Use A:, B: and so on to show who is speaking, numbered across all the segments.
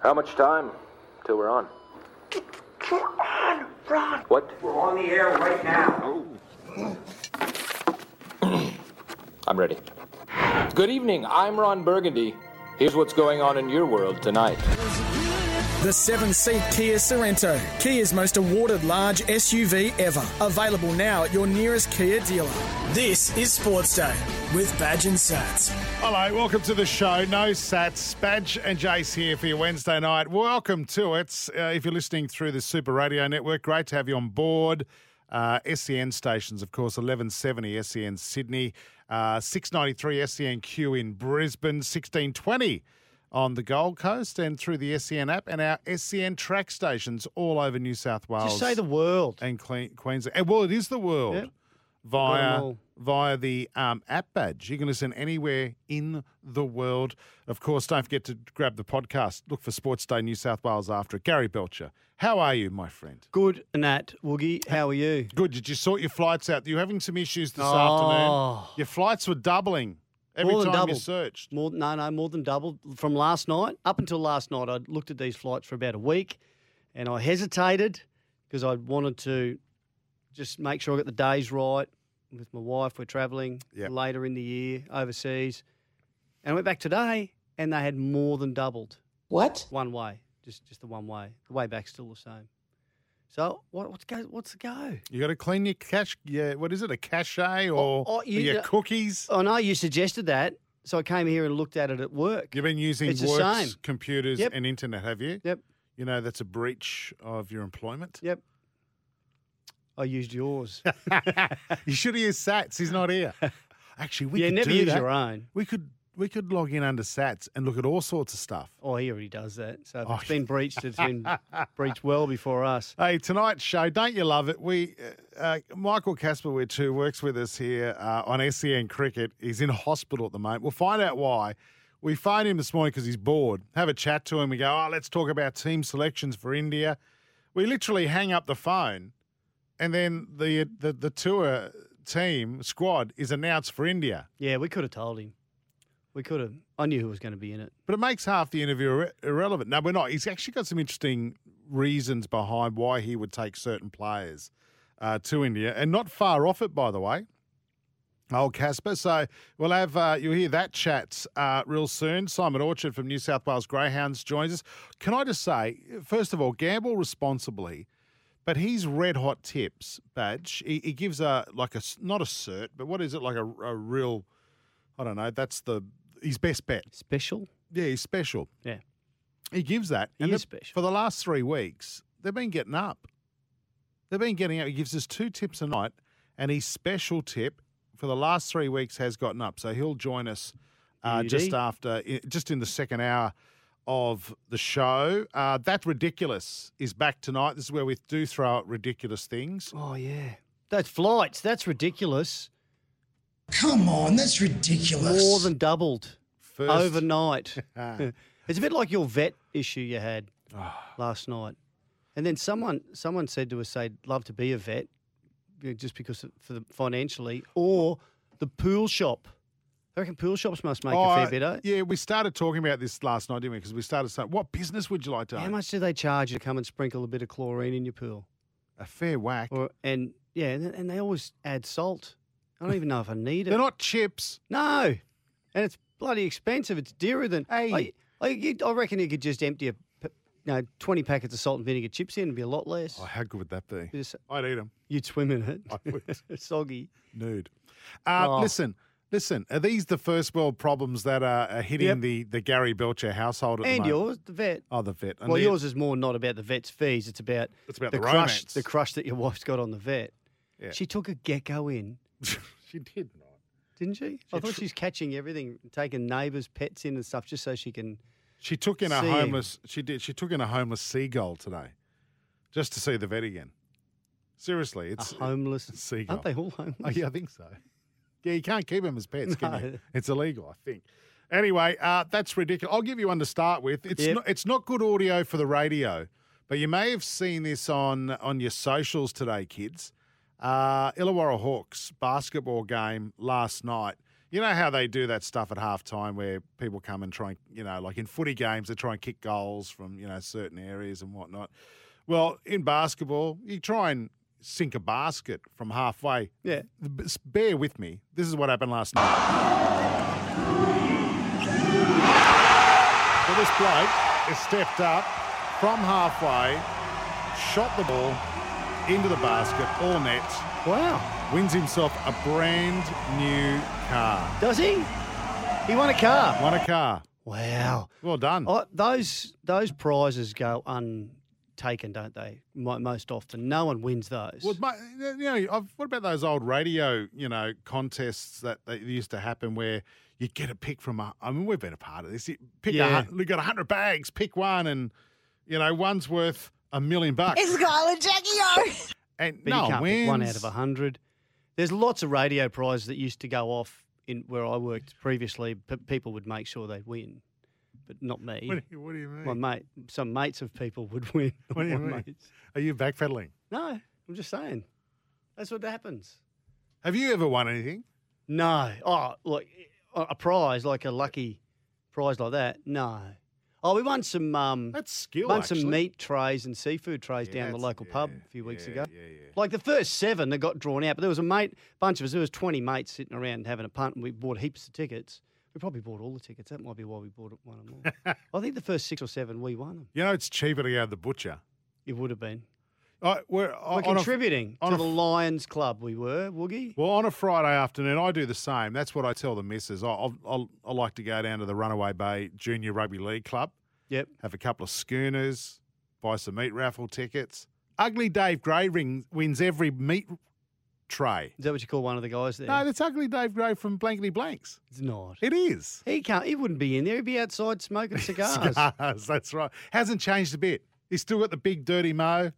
A: How much time till we're on?
B: We're on, Ron.
A: What?
B: We're on the air right now.
A: I'm ready. Good evening. I'm Ron Burgundy. Here's what's going on in your world tonight.
C: The seven seat Kia Sorrento, Kia's most awarded large SUV ever. Available now at your nearest Kia dealer. This is Sports Day with Badge and Sats.
D: Hello, welcome to the show. No sats. Badge and Jace here for your Wednesday night. Welcome to it. Uh, if you're listening through the Super Radio Network, great to have you on board. Uh, SEN stations, of course, 1170 SEN E Sydney, uh, 693 SENQ E in Brisbane, 1620 on the Gold Coast, and through the SEN app and our SEN track stations all over New South Wales
E: Just say the world.
D: and Cle- Queensland. and, Well, it is the world
E: Yep. Got 'em
D: via
E: all.
D: via the um, app badge. You can listen anywhere in the world. Of course, don't forget to grab the podcast. Look for Sports Day New South Wales after it. Gary Belcher, how are you, my friend?
E: Good, Nat Woogie. How are you?
D: Good. Did you sort your flights out? You're having some issues this afternoon.
E: Oh.
D: Your flights were doubling every
E: More
D: time
E: than
D: you
E: doubled.
D: searched.
E: More, no, no, more than doubled from last night up until last night. I looked at these flights for about a week, and I hesitated because I wanted to just make sure I got the days right. With my wife, we're travelling
D: Yep.
E: later in the year overseas, and I went back today, and they had more than doubled.
F: What?
E: One way, just just the one way. The way back's still the same. So what, what's go? What's the go?
D: You got to clean your cash. Yeah, what is it? A cachet or
E: oh, you-
D: your
E: yeah.
D: cookies?
E: I know you suggested that, so I came here and looked at it at work.
D: You've been using
E: It's the same.
D: works, computers,
E: Yep.
D: and internet, have you?
E: Yep.
D: You know that's a breach of your employment.
E: Yep. I used yours.
D: you should have used Sats. He's not here. Actually, we
E: yeah,
D: could
E: never
D: do
E: use
D: that.
E: your own.
D: We could we could log in under Sats and look at all sorts of stuff.
E: Oh, he already does that. So if
D: Oh,
E: it's been breached, it's been breached well before us.
D: Hey, tonight's show, don't you love it? We uh, uh, Michael Casper, where too, works with us here uh, on SEN Cricket. He's in hospital at the moment. We'll find out why. We phoned him this morning because he's bored. Have a chat to him. We go, oh, let's talk about team selections for India. We literally hang up the phone, and then the the, the tour team squad is announced for India.
E: Yeah, we could have told him. We could have. I knew who was going to be in it.
D: But it makes half the interview irre- irrelevant. No, we're not. He's actually got some interesting reasons behind why he would take certain players uh, to India, and not far off it, by the way. Old Casper. So we'll have uh, you'll hear that chat uh, real soon. Simon Orchard from New South Wales Greyhounds joins us. Can I just say, first of all, gamble responsibly. But he's red hot tips badge. He, he gives a like a s- not a cert, but what is it like a, a real? I don't know. That's the his best bet.
E: Special?
D: Yeah, he's special.
E: Yeah.
D: He gives that.
E: He
D: and
E: is
D: the-
E: special.
D: For the last three weeks, they've been getting up. They've been getting up. He gives us two tips a night, and his special tip for the last three weeks has gotten up. So he'll join us uh,
E: Beauty.
D: just after, i- just in the second hour of the show. Uh, that ridiculous is back tonight. This is where we do throw out ridiculous things.
E: Oh, yeah. Those flights, that's ridiculous.
G: Come on, that's ridiculous.
E: More than doubled
D: First,
E: overnight. it's a bit like your vet issue you had
D: Ah.
E: last night. And then someone someone said to us, they'd love to be a vet you know, just because of, for the financially, or the pool shop. I reckon pool shops must make a
D: Oh,
E: fair bit, eh?
D: yeah, we started talking about this last night, didn't we? Because we started saying, "What business would you like to
E: How
D: own?"
E: much do they charge you to come and sprinkle a bit of chlorine in your pool?
D: A fair whack.
E: Or and yeah, and, and they always add salt. I don't even know if I need it.
D: They're not chips.
E: no, and it's bloody expensive. It's dearer than.
D: Hey.
E: I, I, you- I reckon you could just empty a, p- you know, twenty packets of salt and vinegar chips in, it'd be a lot less.
D: Oh, how good would that be?
E: Just-
D: I'd eat them
E: You'd swim in it.
D: I would.
E: Soggy.
D: nude. Uh,
E: Oh.
D: Listen, listen. Are these the first world problems that are, are hitting
E: Yep.
D: the, the Gary Belcher household at the
E: And
D: moment?
E: yours, the vet.
D: Oh, the vet. And
E: well,
D: the-
E: yours is more not about the vet's fees. It's about,
D: It's about
E: the,
D: the
E: crush,
D: romance.
E: the crush that your wife's got on the vet.
D: Yeah.
E: She took a gecko in,
D: she did not.
E: didn't she? I
D: She
E: thought
D: tr-
E: she's catching everything, taking neighbours' pets in and stuff, just so she can
D: She took in a
E: Seeing.
D: homeless. She did. She took in a homeless seagull today, just to see the vet again. Seriously,
E: A
D: it's
E: homeless
D: it's seagull.
E: Aren't they all homeless?
D: Oh, yeah, I think so. Yeah, you can't keep them as pets, can you?
E: No.
D: It's illegal, I think. Anyway, uh, that's ridiculous. I'll give you one to start with. It's
E: Yep.
D: not, it's not good audio for the radio, but you may have seen this on on your socials today, kids. Uh, Illawarra Hawks basketball game last night. You know how they do that stuff at halftime where people come and try and, you know, like in footy games, they try and kick goals from, you know, certain areas and whatnot. Well, in basketball, you try and sink a basket from halfway.
E: Yeah.
D: B- s- Bear with me. This is what happened last night. So this bloke has stepped up from halfway, shot the ball into the basket, all nets,
E: Wow.
D: wins himself a brand new car.
E: Does he? He won a car.
D: Won a car.
E: Wow.
D: Well done.
E: I, those those prizes go untaken, don't they? Mo- Most often, no one wins those.
D: Well, my, you know, I've, what about those old radio, you know, contests that, that used to happen where you get a pick from a. I mean, we've been a part of this. You pick
E: Yeah.
D: a. hun- We got a hundred bags. Pick one, and you know, one's worth a million bucks.
F: It's Kyle and Jackie O.
D: and
E: but
D: no
E: you can't
D: one
E: pick one out
D: wins.
E: of a hundred. There's lots of radio prizes that used to go off in where I worked previously. P- people would make sure they win, but not me.
D: What do you, what do you mean?
E: My mate, some mates of people would win.
D: What do you
E: My
D: mean?
E: mates.
D: Are you backpedaling?
E: No, I'm just saying. That's what happens.
D: Have you ever won anything?
E: No. Oh, like a a prize, like a lucky prize like that. No. Oh, we won some. Um,
D: That's skill.
E: won
D: actually.
E: some meat trays and seafood trays
D: Yeah,
E: down the
D: that's-
E: local pub
D: yeah,
E: a few weeks
D: yeah,
E: ago.
D: yeah, yeah.
E: Like the first seven that got drawn out, but there was a mate, bunch of us. There was twenty mates sitting around having a punt, and we bought heaps of tickets. We probably bought all the tickets. That might be why we bought one or more. I think the first six or seven we won them.
D: You know, it's cheaper to go to the butcher.
E: It would have been.
D: I, Uh, we're
E: We're
D: on a-
E: contributing
D: on
E: to
D: a-
E: the Lions Club. We were Woogie.
D: Well, on a Friday afternoon, I do the same. That's what I tell the missus. I, I, I, I like to go down to the Runaway Bay Junior Rugby League Club,
E: Yep.
D: have a couple of schooners, buy some meat raffle tickets. Ugly Dave Gray ring, wins every meat tray.
E: Is that what you call one of the guys there?
D: No, that's Ugly Dave Gray from Blankety Blanks.
E: it's not.
D: It is.
E: He can't. He wouldn't be in there. He'd be outside smoking cigars.
D: Scars, that's right. Hasn't changed a bit. He's still got the big dirty mo.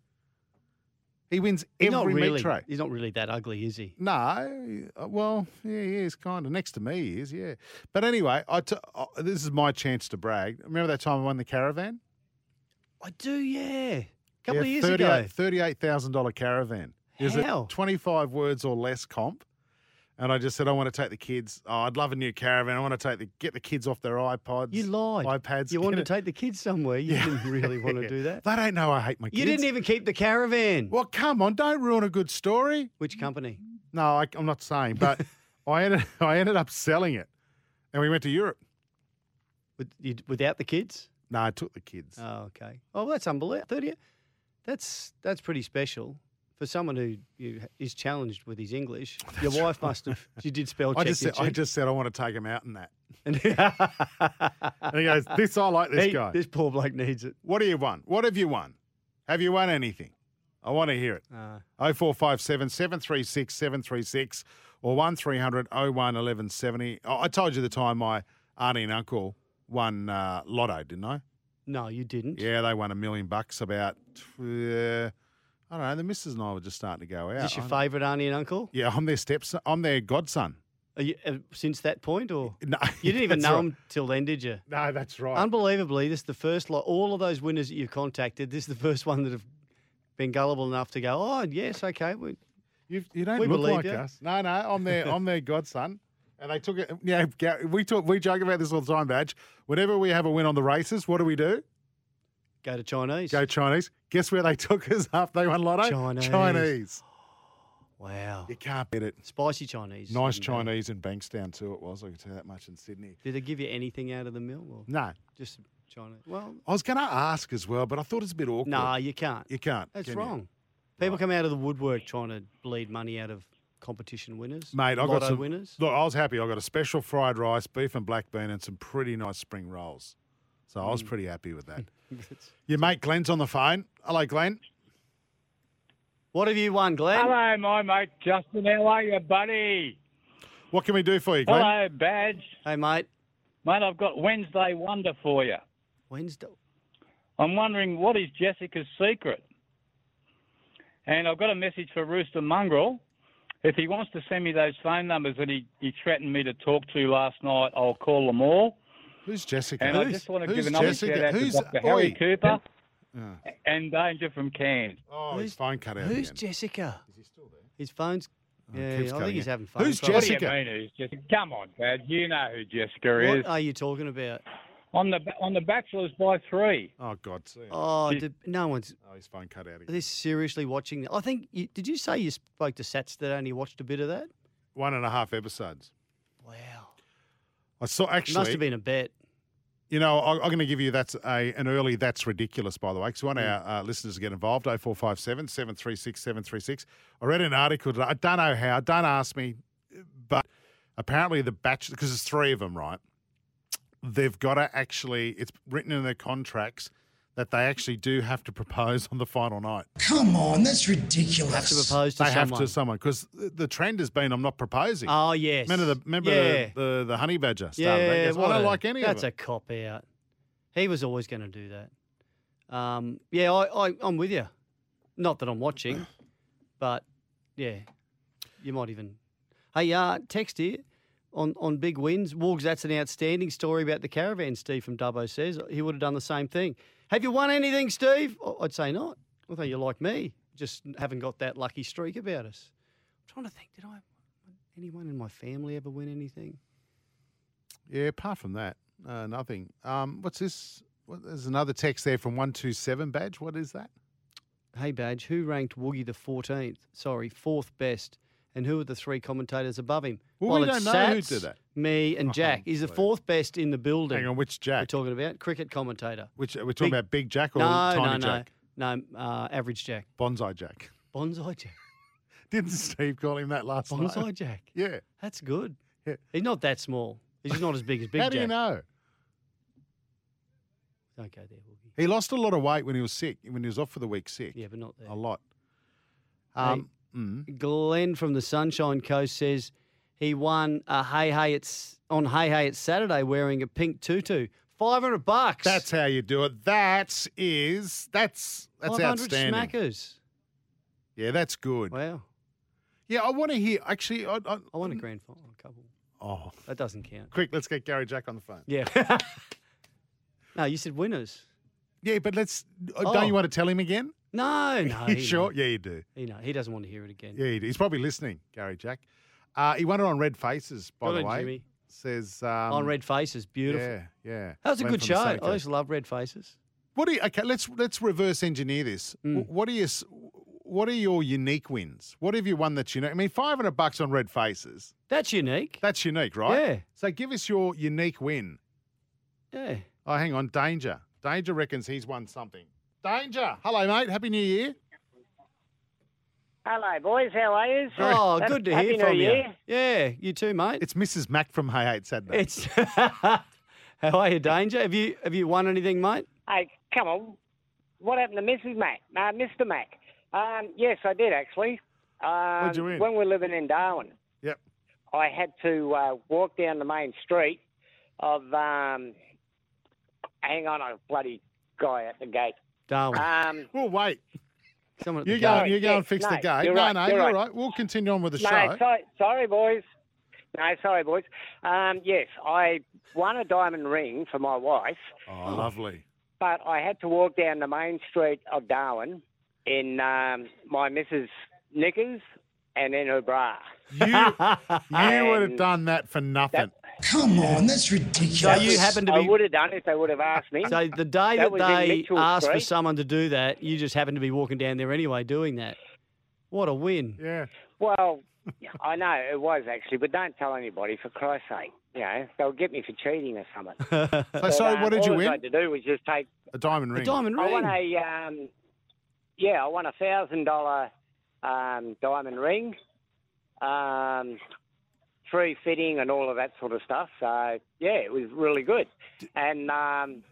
D: He wins
E: He's
D: every
E: not really.
D: meat tray.
E: He's not really that ugly, is he?
D: No, uh, well, yeah, he is kind of next to me. He is, yeah. But anyway, I t- uh, this is my chance to brag. Remember that time I won the caravan?
E: I do. Yeah. A couple of years ago.
D: thirty-eight thousand dollar caravan. Is it
E: How?
D: twenty-five words or less comp? And I just said I want to take the kids. Oh, I'd love a new caravan. I want to take the get the kids off their iPods.
E: You lied.
D: iPads.
E: You wanted to
D: get
E: take the kids somewhere. You didn't really want to
D: it.
E: do that.
D: They don't know I hate my kids.
E: You didn't even keep the caravan.
D: Well, come on, don't ruin a good story.
E: Which company?
D: No, I, I'm not saying, but I ended I ended up selling it, and we went to Europe.
E: With, you, without the kids?
D: No, I took the kids.
E: Oh, okay. Oh, well, that's unbelievable. Thirty. That's that's pretty special for someone who you, is challenged with his English. Your wife must have. She did spell check.
D: I just said,
E: did
D: I
E: she?
D: just said I want to take him out in that.
E: And
D: And he goes, "This I like this
E: He-
D: guy.
E: This poor bloke needs it.
D: What do you want? What have you won? Have you won anything? I want to hear it.
E: Uh,
D: Oh four five seven seven three six seven three six or one 1170 Oh, I told you the time my auntie and uncle won uh, lotto, didn't I?
E: no, you didn't.
D: Yeah, they won a million bucks about. Uh, I don't know. The missus and I were just starting to go out.
E: Is this your
D: I-
E: favourite auntie and uncle?
D: Yeah, I'm their steps. I'm their godson.
E: Are you, uh, since that point, or
D: No,
E: you didn't even
D: that's
E: know
D: right.
E: him till then, did you?
D: No, that's right.
E: Unbelievably, this is the first lot. All of those winners that you've contacted, this is the first one that have been gullible enough to go. Oh yes, okay. We,
D: You've, you don't
E: We
D: look
E: believe
D: like
E: you.
D: us. No, no, I'm their I'm their godson, and they took it. Yeah, Gar- we talk we joke about this all the time, Badge. Whenever we have a win on the races, what do we do?
E: go to Chinese.
D: Go Chinese. Guess where they took us after they won Lotto?
E: Chinese.
D: Chinese.
E: wow.
D: You can't bet it.
E: Spicy Chinese.
D: Nice
E: wouldn't they?
D: Chinese in Bankstown too. It was. I can tell you that much in Sydney.
E: Did they give you anything out of the mill or
D: No,
E: just Chinese? Well,
D: I was going to ask as well, but I thought it's a bit awkward.
E: no, you can't.
D: you can't.
E: That's
D: can you?
E: wrong. People come out of the woodwork trying to bleed money out of competition winners,
D: Mate, I got
E: lotto
D: some
E: winners.
D: Look, I was happy. I got a special fried rice, beef and black bean, and some pretty nice spring rolls. So I was
E: Mm.
D: pretty happy with that. Your mate Glenn's on the phone. Hello, Glenn.
E: What have you won, Glenn?
H: Hello, my mate Justin. How are you, buddy?
D: What can we do for you, Glenn?
H: Hello, Badge.
E: Hey, mate.
H: Mate, I've got Wednesday Wonder for you.
E: Wednesday.
H: I'm wondering what is Jessica's secret? And I've got a message for Rooster Mongrel. If he wants to send me those phone numbers that he, he threatened me to talk to last night, I'll call them all.
D: Who's Jessica?
H: And I
D: Who's-
H: just want to
D: who's
H: give another
D: Jessica?
H: shout out
D: Who's-
H: to Dr. Harry
D: Oi.
H: Cooper
D: Oh.
H: and Danger from Cairns.
D: Oh, his
E: Who's-
D: phone cut out
E: Who's
D: again.
E: Jessica? Is he still there? His phone's. yeah, I
D: Oh, keeps
E: think
D: cutting
E: he's
D: out.
E: having fun.
D: Who's
E: trouble.
H: What
D: Jessica?
H: do you mean who's Jessica? Come on, Dad. You know who Jessica is.
E: What are you talking about?
H: On the on the Bachelor's by three.
D: Oh, God. See him. Oh.
E: Oh, did, no one's.
D: his phone cut out
E: Are
D: again.
E: they seriously watching? I think. You, did you say you spoke to Sats today and you watched a bit of that?
D: One and a half episodes.
E: Wow.
D: I saw
E: It
D: Uh, actually.
E: must have been a bet.
D: You know, I, I'm going to give you that's a an early that's ridiculous, by the way, because one of
E: Hmm.
D: our uh, listeners get involved, 0457 736 736. I read an article, today. I don't know how, don't ask me, but apparently the batch, because there's three of them, right? They've got to actually, it's written in their contracts that they actually do have to propose on the final night.
G: Come on, that's
E: Have to
G: ridiculous.
E: propose to
D: they
E: someone.
D: have to someone, because the trend has been I'm not proposing.
E: Oh yes.
D: remember the, remember
E: yeah.
D: the, the, the honey badger started that?
E: yeah.
D: Goes, I
E: what
D: don't
E: a-
D: like any
E: That's
D: of
E: a
D: it.
E: cop out. He was always going to do that. Um, yeah, I, I, I'm with you. Not that I'm watching, but yeah, you might even. Hey, uh, text here on, on big wins. Wolves, that's an outstanding story about the caravan, Steve from Dubbo says. He would have done the same thing. Have you won anything, Steve? I- I'd say not. I think you're like me, just haven't got that lucky streak about us. I'm trying to think, did I, anyone in my family ever win anything?
D: Yeah, apart from that, uh, nothing. Um, what's this? What, there's another text there from 127 Badge. What is that?
E: Hey Badge, who ranked Woogie the 14th? Sorry, fourth best. And who are the three commentators above him?
D: Well, we
E: it's
D: don't know who did
E: Sats,
D: that. Oh,
E: Me and Jack. He's the fourth best in the building.
D: Hang on, which
E: We're
D: Jack?
E: talking about cricket commentator.
D: Which we're talking
E: Big-
D: about, Big Jack or
E: No,
D: Tiny
E: no, no,
D: Jack?
E: no. Uh, average Jack.
D: Bonsai Jack.
E: Bonsai Jack.
D: Didn't Steve call him that last night?
E: Bonsai Jack.
D: Yeah.
E: That's good.
D: Yeah.
E: He's not that small. He's just not as big as Big
D: How
E: Jack.
D: do you know?
E: Don't go there, Woogie.
D: He lost a lot of weight when he was sick. When he was off for the week sick.
E: Yeah, but not there.
D: a lot. Um, mm.
E: Glenn from the Sunshine Coast says he won a hey hey it's on hey hey it's Saturday wearing a pink tutu. Five hundred bucks.
D: That's how you do it. That is that's that's
E: 500
D: outstanding.
E: smackers.
D: Yeah, that's good.
E: Wow.
D: Yeah, I want to hear. Actually, I, I,
E: I won a grand final, a couple.
D: Oh,
E: That doesn't count.
D: quick! Let's get Gary Jack on the phone.
E: Yeah. no, you said winners.
D: Yeah, but let's. uh
E: Oh.
D: Don't you want to tell him again?
E: No, no.
D: you
E: he
D: sure?
E: knows.
D: Yeah, you do.
E: He, know, he doesn't want to hear it again.
D: Yeah, you do. he's probably listening, Gary Jack. Uh, he won it on Red Faces, by
E: Go
D: the
E: on,
D: way.
E: Jimmy.
D: Says um,
E: On Red Faces, beautiful.
D: Yeah, yeah.
E: That was a
D: Glenn
E: good
D: from
E: show. I
D: Sunnycoast.
E: always love Red Faces.
D: What do you? Okay, let's let's reverse engineer this.
E: Hmm.
D: Wh- What are your s- What are your unique wins? What have you won that's unique? I mean, five hundred bucks on Red Faces.
E: That's unique.
D: That's unique, right?
E: Yeah.
D: So give us your unique win.
E: yeah.
D: Oh, hang on, Danger. Danger reckons he's won something. Danger. Hello, mate. Happy New Year.
I: Hello, boys. How are you?
E: Oh, good to
I: Happy
E: hear
I: New
E: from you.
I: Year.
E: Yeah, you too, mate.
D: It's Mrs. Mac from Hey Eight Saturday.
E: It's how are you, Danger? Have you have you won anything, mate?
I: Hey, come on. What happened to Mrs. Mac? Uh, Mr. Mac. Um, yes, I did actually. Um,
D: What'd you win?
I: When we were living in Darwin,
D: Yep.
I: I had to uh, walk down the main street of. Um, hang on, a bloody guy at the gate.
E: Darwin.
I: Um,
D: We'll wait.
E: Someone at the
D: You
E: gate.
D: go, you go
I: yes,
D: and fix the
I: no,
D: gate.
I: you're
D: no,
I: right,
D: no,
I: you're
D: you're all
I: right.
D: right. We'll continue on with the
I: no,
D: show.
I: so, sorry, boys. No, sorry, boys. Um, yes, I won a diamond ring for my wife.
D: oh, lovely.
I: but I had to walk down the main street of Darwin in um, my Mrs. Knickers and in her bra.
D: You, you would have done that for nothing.
G: Come on, that's
E: So
G: ridiculous.
E: you happened to
I: I
E: be
I: would have done if they would have asked me.
E: so the day that,
I: That was in
E: they
I: Mitchell
E: asked for
I: Street.
E: someone to do that, you just happened to be walking down there anyway doing that. What a win!
D: yeah.
I: well, I know it was actually, but don't tell anybody for Christ's sake. You know, they'll get me for cheating or something.
D: So, sorry,
I: um,
D: what did you
I: all I
D: win?
I: had to do was just take.
D: A diamond
E: The
D: ring.
E: diamond
I: I won
E: ring.
I: a um, yeah, I won a thousand dollar um, diamond ring, um, true fitting and all of that sort of stuff. So yeah, it was really good. And um,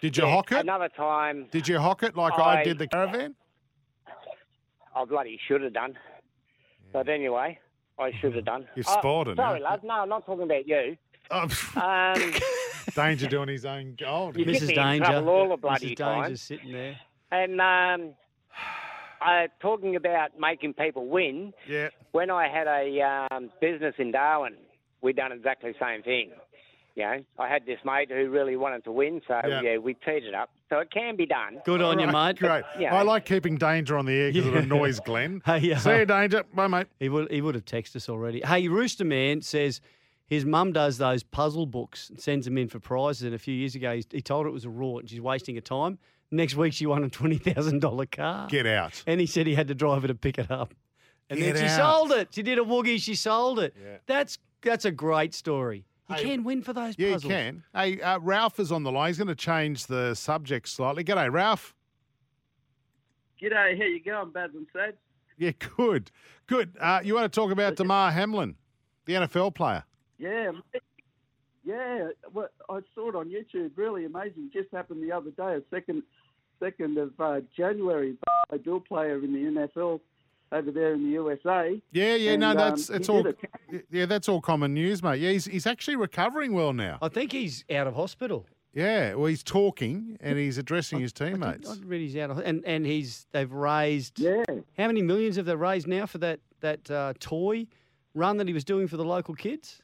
D: Did you
I: yeah,
D: hock it?
I: another time,
D: Did you hock it like I,
I: I-
D: did the caravan?
I: I Oh, bloody should have done. But anyway, I should have done.
D: You've
I: Oh,
D: spoiled it now.
I: Sorry, love. No, I'm not talking about you.
D: Oh,
I: Um,
D: Danger doing his own gold.
I: You get me in trouble all the bloody time.
E: sitting there.
I: And um, I, talking about making people win,
D: Yeah.
I: when I had a um, business in Darwin, we done exactly the same thing. You know, I had this mate who really wanted to win, so
D: Yeah.
I: yeah, we teed it up. So it can be done.
D: Right, Great.
I: Yeah.
D: I like keeping danger on the air because it annoys Glenn.
E: Hey, uh, yeah.
D: See you, danger. Bye, mate.
E: He would he would have texted us already. Hey, Rooster Man says his mum does those puzzle books and sends them in for prizes. And a few years ago, he, he told her it was a rort and she's wasting her time. Next week, she won a twenty thousand dollar car.
D: Get out.
E: And he said he had to drive her to pick it up. And
D: Get
E: then she
D: out.
E: sold it. She did a woogie. She sold it. That's that's a great story. You can win for those
D: Yeah,
E: puzzles.
D: you can. Hey, uh, Ralph is on the line. He's going to change the subject slightly. G'day, Ralph.
J: G'day, how you going, Babs and Sad?
D: Yeah, good. Good. Uh, you want to talk about Damar Hamlin, the NFL player?
J: Yeah, mate. yeah. Well, I saw it on YouTube. Really amazing. Just happened the other day, second, second of uh, January. A dual player in the NFL over there in the USA.
D: Yeah, yeah, no,
J: And,
D: that's
J: um,
D: it's
J: he
D: all.
J: did it.
D: Yeah, that's all common news, mate. Yeah, he's, he's actually recovering well now.
E: I think he's out of hospital.
D: Yeah, well, he's talking and he's addressing his teammates.
E: I read he's out of and and he's they've raised how many millions have they raised now for that that uh, toy run that he was doing for the local kids?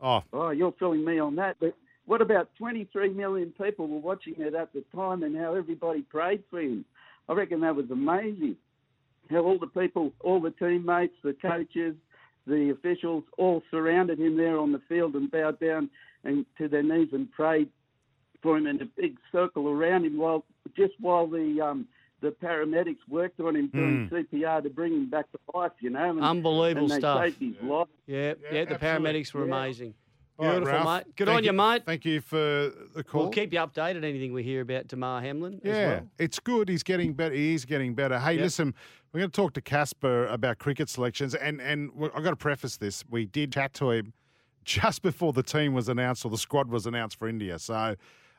D: Oh,
J: Oh, you're filling me on that. But what about 23 million people were watching it at the time and how everybody prayed for him? I reckon that was amazing. How all the people, all the teammates, the coaches, the officials, all surrounded him there on the field and bowed down and to their knees and prayed for him in a big circle around him while just while the um, the paramedics worked on him doing
E: Mm.
J: CPR to bring him back to life. You know, and,
E: Unbelievable
J: and they
E: stuff.
J: Saved his life.
E: Yeah, yeah, the paramedics were
J: Yeah.
E: amazing.
D: All right,
E: Beautiful,
D: Ralph,
E: mate. Good
D: thank
E: on you,
D: you-
E: mate.
D: Thank you for the call.
E: We'll keep you updated. Anything we hear about Damar Hamlin?
D: Yeah,
E: as well.
D: it's good. He's getting better. He is getting better. Hey,
E: Yep.
D: listen, we're going to talk to Casper about cricket selections, and and we- I've got to preface this: we did chat to him just before the team was announced or the squad was announced for India. So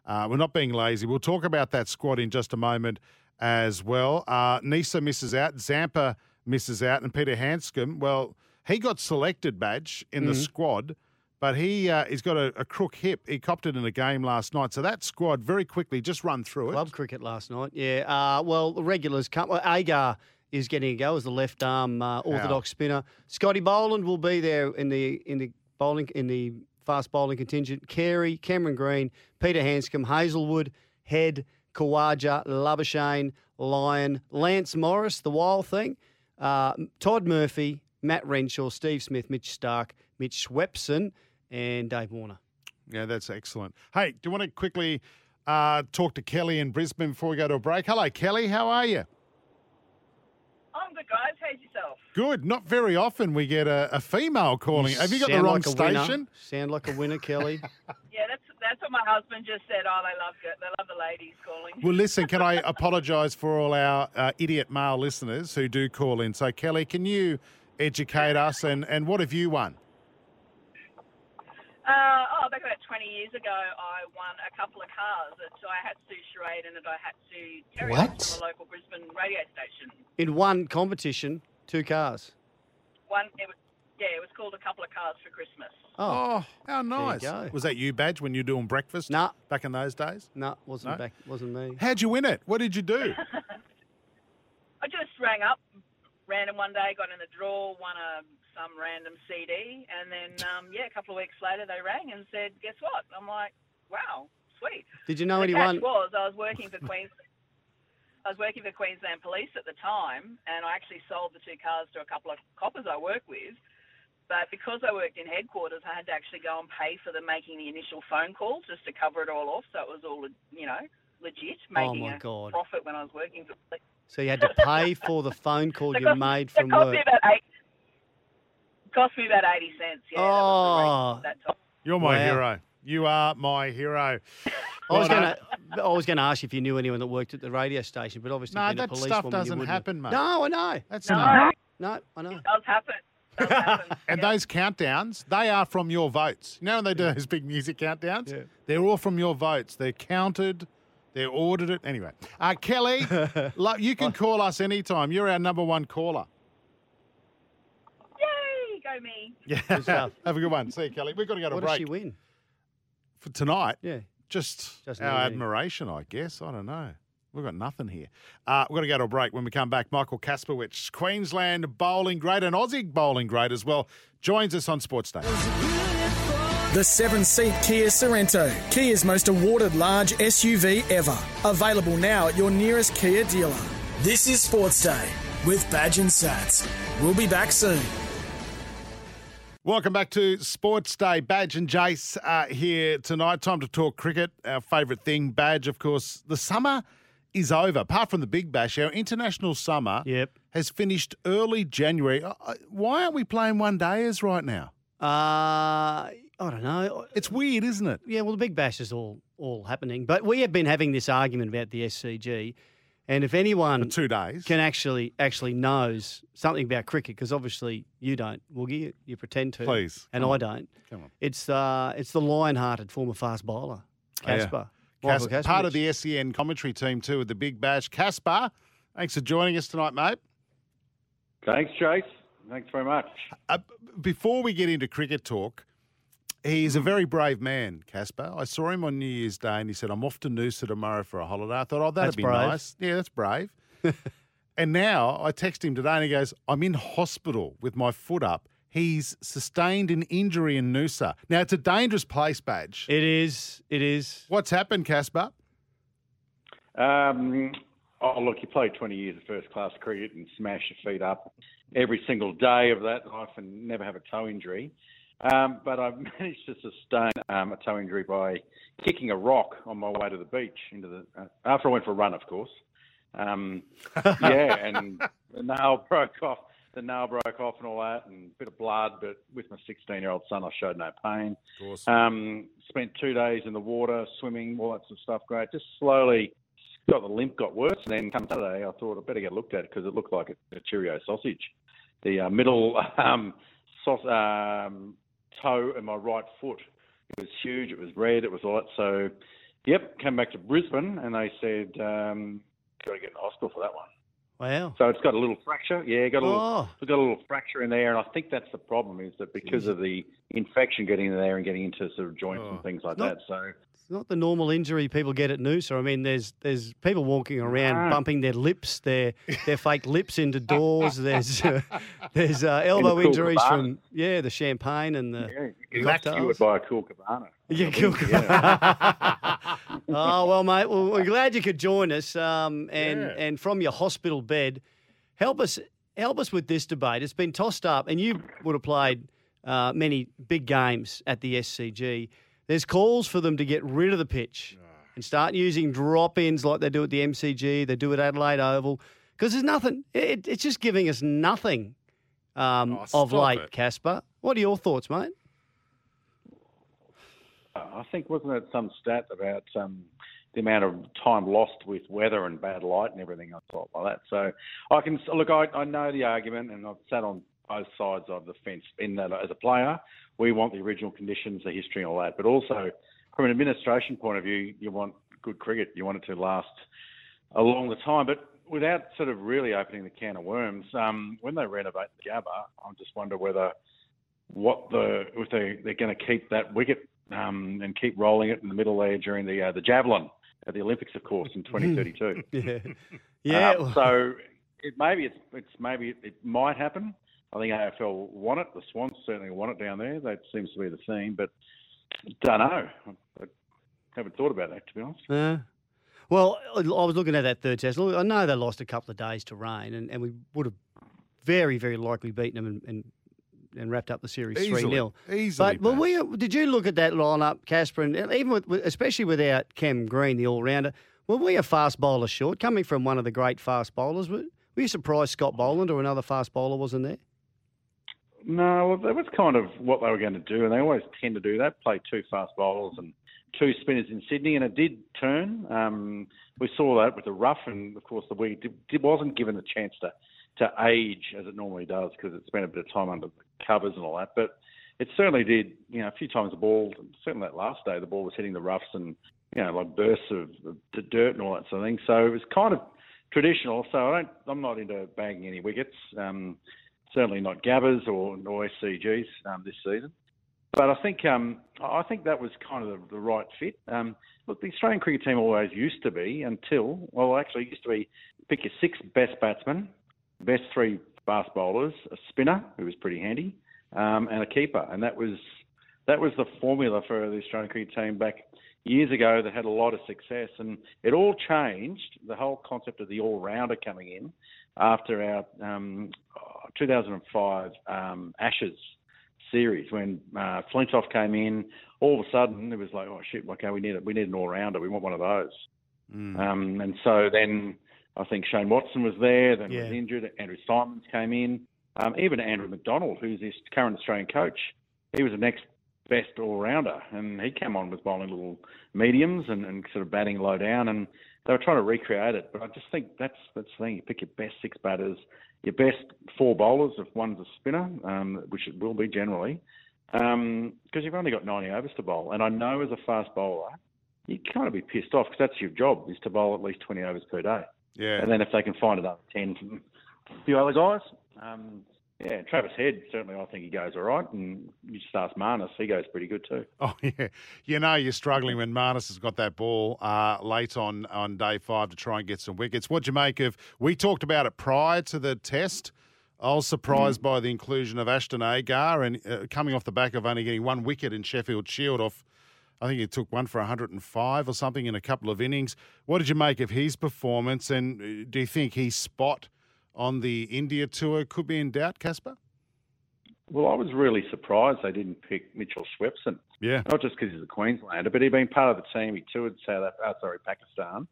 D: uh, we're not being lazy. We'll talk about that squad in just a moment as well. Uh, Nisa misses out. Zampa misses out, and Peter Hanscom. Well, he got selected badge in the
K: Mhm.
E: Mm.
D: squad. But he uh, he's got a, a crook hip. He copped it in a game last night. So that squad, very quickly, just run through it.
E: Club cricket last night. Yeah. Uh, well, the regulars come. Well, Agar is getting a go as the left arm uh, orthodox spinner. Scotty Boland will be there in the in the bowling in the fast bowling contingent. Carey, Cameron Green, Peter Hanscom, Hazelwood, Head, Kawaja, Labashane, Lyon, Lance Morris, the wild thing, uh, Todd Murphy, Matt Renshaw, Steve Smith, Mitch Stark, Mitch Swepson, and Dave Warner.
D: Yeah, that's excellent. Hey, do you want to quickly uh, talk to Kelly in Brisbane before we go to a break? Hello, Kelly. How are you?
L: I'm good, guys. How's yourself?
D: Good. Not very often we get a, a female calling. Have you got the
E: Sound
D: wrong
E: like a winner.
D: station?
E: Sound like a winner, Kelly.
L: Yeah, that's that's what my husband just said. Oh, they love good. They love the ladies calling.
D: Well, listen, can I apologise for all our uh, idiot male listeners who do call in? So, Kelly, can you educate us and, and what have you won?
L: Uh, oh, back about 20 years ago, I won a couple of cars at Daihatsu Charade and at Daihatsu Terry
E: What?
L: from a local Brisbane radio station.
E: in one competition, two cars.
L: One, it was, yeah, it was called a couple of cars for Christmas.
D: Oh, how
E: you
D: nice.
E: go.
D: Was that you, Badge, when you were doing breakfast?
E: Nah.
D: Back in those days?
E: No, wasn't
D: No?
E: back, wasn't me.
D: How'd you win it? What did you do?
L: I just rang up random one day, got in the draw, won a some random CD, and then um, yeah, a couple of weeks later they rang and said, "Guess what?" I'm like, "Wow, sweet."
E: Did you know
L: the
E: anyone?
L: catch was I was working for Queensland. I was working for Queensland Police at the time, and I actually sold the two cars to a couple of coppers I work with. But because I worked in headquarters, I had to actually go and pay for them making the initial phone calls just to cover it all off, so it was all you know legit,
E: Oh,
L: making
E: my
L: a
E: God.
L: profit when I was working for police.
E: So you had to pay for the phone call
L: It
E: you made from
L: it cost
E: work.
L: Me about eight, cost me about eighty cents. Yeah.
E: oh,
L: that time.
D: You're my
E: Wow.
D: hero. You are my hero.
E: I was
D: Righto.
E: going to. I was going to ask if you knew anyone that worked at the radio station, but obviously
D: No,
E: being a
D: that
E: police
D: stuff
E: woman, you
D: doesn't
E: wouldn't.
D: happen, mate.
E: No, I know.
D: That's
E: no,
D: enough.
E: no, I know. It
L: does happen.
D: And those countdowns, they are from your votes. You know when they do those big music countdowns? They're all from your votes. They're counted, they're audited. Anyway, uh, Kelly, lo- you
E: Oh.
D: can call us anytime. You're our number one caller.
L: Yay, go me.
D: Yeah.
E: stuff.
D: Have a good one. See you, Kelly. We've got to go to
E: What
D: break.
E: does she win?
D: for tonight.
E: Yeah.
D: Just,
E: Just
D: our
E: no meeting.
D: admiration, I guess. I don't know. We've got nothing here. Uh, we've got to go to a break. When we come back, Michael Kasperwich, Queensland bowling great and Aussie bowling great as well, joins us on Sports Day.
C: The seven seat Kia Sorrento, Kia's most awarded large SUV ever. Available now at your nearest Kia dealer. This is Sports Day with Badge and Sats. We'll be back soon.
D: Welcome back to Sports Day. Badge and Jace uh, here tonight. Time to talk cricket, our favourite thing. Badge, of course, the summer is over. Apart from the Big Bash, our international summer has finished early January. Uh, uh, Why aren't we playing one dayers right now?
E: Uh, I don't know.
D: It's weird, isn't it?
E: Yeah, well, the Big Bash is all all happening, but we have been having this argument about the SCG, and if anyone
D: two days
E: can actually actually knows something about cricket, because obviously you don't, Woogie, you, you pretend to,
D: Please,
E: and
D: come
E: I
D: on,
E: don't.
D: come on. Oh,
E: It's uh, it's the lion-hearted former fast bowler Casper.
D: Yeah.
E: Michael
D: Cas- part
E: Kasperich.
D: of the SEN commentary team too with the Big Bash. Caspar, thanks for joining us tonight, mate.
K: Thanks, Chase. Thanks very much.
D: Uh, b- before we get into cricket talk, he's a very brave man, Caspar. I saw him on New Year's Day and he said, I'm off to Noosa tomorrow for a holiday. I thought, oh, that'd
E: That's
D: be
E: brave.
D: nice. Yeah, that's brave. and now I text him today and he goes, I'm in hospital with my foot up. He's sustained an injury in Noosa. Now, it's a dangerous place, Badge.
E: It is. It is.
D: What's happened, Caspar?
K: Um, oh, look, you play 20 years of first class cricket and smash your feet up every single day of that life and never have a toe injury. Um, but I've managed to sustain um, a toe injury by kicking a rock on my way to the beach into the uh, after I went for a run, of course. Um, yeah, and the nail broke off. The nail broke off and all that, and a bit of blood. But with my 16-year-old son, I showed no pain. Um, spent two days in the water, swimming, all that sort of stuff. Great. Just slowly got the limp got worse. And then come Saturday, I thought I better get looked at because it looked like a, a Cheerio sausage. The uh, middle um, sauce, um, toe in my right foot. It was huge. It was red. It was all that. So, yep, came back to Brisbane and they said, um, got to get in hospital for that one.
E: Wow.
K: So it's got a little fracture. Yeah, got a little,
E: Oh.
K: it's got a little fracture in there, and I think that's the problem is that because of the infection getting in there and getting into sort of joints and things like
E: Oh. No.
K: that. So
E: It's not the normal injury people get at Noosa. I mean, there's there's people walking around
D: Ah.
K: No.
E: bumping their lips, their their fake lips into doors. There's uh, there's uh, elbow
K: cool
E: injuries
K: cabana.
E: from yeah the champagne and the
K: you got cured
E: cocktails.
K: by a cool cabana.
E: Yeah, cool. oh well, mate. Well, we're glad you could join us. Um, and
K: Yeah.
E: and from your hospital bed, help us help us with this debate. It's been tossed up, and you would have played uh, many big games at the SCG. There's calls for them to get rid of the pitch
K: Ah.
E: and start using drop-ins like they do at the MCG. They do at Adelaide Oval because there's nothing. It, it's just giving us nothing um,
K: Oh, stop
E: of late,
K: it.
E: Casper. What are your thoughts, mate?
K: I think wasn't it some stat about um, the amount of time lost with weather and bad light and everything I thought like that. So I can look. I, I know the argument, and I've sat on both sides of the fence. In that, as a player, we want the original conditions, the history, and all that. But also, from an administration point of view, you want good cricket. You want it to last a long time. But without sort of really opening the can of worms, um, when they renovate the Gabba, I just wonder whether what the if they they're going to keep that wicket um, and keep rolling it in the middle there during the uh, the javelin at the Olympics, of course,
D: Mm-hmm.
K: in 2032.
E: Yeah. Yeah.
K: Um, so it maybe it's, it's maybe it, it might happen. I think AFL want it. The Swans certainly want it down there. That seems to be the theme, but don't know. I haven't thought about that to be honest.
E: Yeah. Well, I was looking at that third test. Look, I know they lost a couple of days to rain, and, and we would have very, very likely beaten them and, and, and wrapped up the series
D: Easily.
E: three 0
D: Easily,
E: But, but we, did you look at that lineup, Casper, and even with, with- especially without Cam Green, the all rounder? Were we a fast bowler short? Coming from one of the great fast bowlers, were, were you surprised Scott Boland or another fast bowler wasn't there?
K: No, well, that was kind of what they were going to do, and they always tend to do that: play two fast bowlers and two spinners in Sydney, and it did turn. Um, we saw that with the rough, and of course the wicket did- did- wasn't given the chance to to age as it normally does because it spent a bit of time under the covers and all that. But it certainly did. You know, a few times the ball, certainly that last day, the ball was hitting the roughs and you know like bursts of, of d- dirt and all that sort of thing. So it was kind of traditional. So I don't, I'm not into bagging any wickets. Um, certainly not Gabbers or, or SCGs um, this season. But I think um, I think that was kind of the, the right fit. Um, look, the Australian cricket team always used to be until well, actually, it used to be pick your six best batsmen, best three fast bowlers, a spinner who was pretty handy, um, and a keeper, and that was that was the formula for the Australian cricket team back years ago that had a lot of success, and it all changed. The whole concept of the all rounder coming in after our um, 2005 um, Ashes series when uh, Flintoff came in. All of a sudden, it was like, oh shit, okay, we need it. We need an all rounder. We want one of those. Um, and so then I think Shane Watson was there, then was injured. Andrew Simons came in. Um, even Andrew McDonald, who's this current Australian coach, he was the next best all rounder, and he came on with bowling little mediums and, and sort of batting low down, and they were trying to recreate it. But I just think that's that's the thing. You pick your best six batters, your best four bowlers, if one's a spinner, um, which it will be generally, because you've only got 90 overs to bowl. And I know as a fast bowler, you kind of be pissed off because that's your job is to bowl at least 20 overs per day.
D: Yeah.
K: And then if they can find another 10 from a few other guys, um, yeah, Travis Head, certainly I think he goes all right. And you just ask Marnus, he goes pretty good too.
D: Oh yeah, you know you're struggling when Marnus has got that ball uh, late on on day five to try and get some wickets. What do you make of? We talked about it prior to the test. I was
K: Mm.
D: surprised by the inclusion of Ashton Agar and uh, coming off the back of only getting one wicket in Sheffield Shield off. I think he took one for 105 or something in a couple of innings. What did you make of his performance? And uh, do you think his spot on the India tour could be in doubt, Casper?
K: Well, I was really surprised they didn't pick Mitchell Swepson.
D: Yeah.
K: Not just because he's a Queenslander, but he'd been part of the team. He toured South Af- oh, sorry, Pakistan,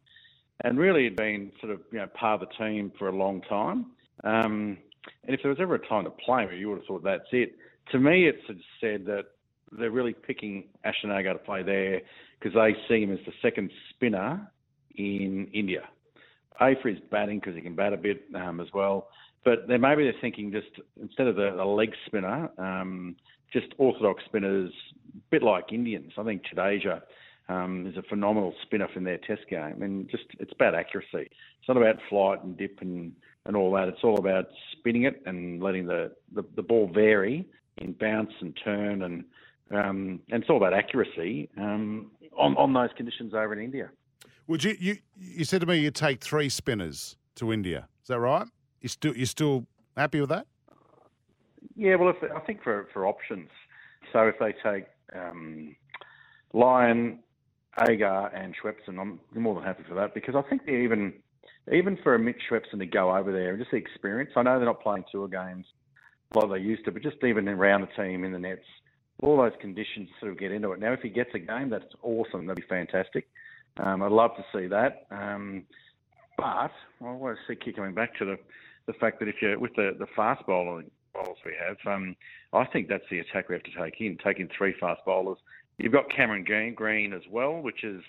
K: and really had been sort of you know part of the team for a long time. Um, and if there was ever a time to play him, you would have thought that's it. To me, it's said that they're really picking Ashton Agar to play there because they see him as the second spinner in India. A for his batting because he can bat a bit um, as well. But then maybe they're thinking just instead of a, a leg spinner, um, just orthodox spinners, a bit like Indians. I think Chadeja um, is a phenomenal spinner from their test game, and just it's about accuracy. It's not about flight and dip and, and all that. It's all about spinning it and letting the, the, the ball vary in bounce and turn, and um, and it's all about accuracy um, on on those conditions over in India.
D: Would you you you said to me you take three spinners to India? Is that right? You still you still happy with that?
K: Yeah, well, if, I think for for options. So if they take um, Lyon, Agar, and Schwepson, I'm more than happy for that because I think they even even for a Mitch Schwepson to go over there and just the experience. I know they're not playing tour games like they used to, but just even around the team in the nets, all those conditions sort of get into it. Now, if he gets a game, that's awesome. That'd be fantastic. Um, I'd love to see that. Um, but I always see keep coming back to the, the fact that if you're with the, the fast bowling bowlers we have, um, I think that's the attack we have to take in, taking three fast bowlers. You've got Cameron Green, Green as well, which is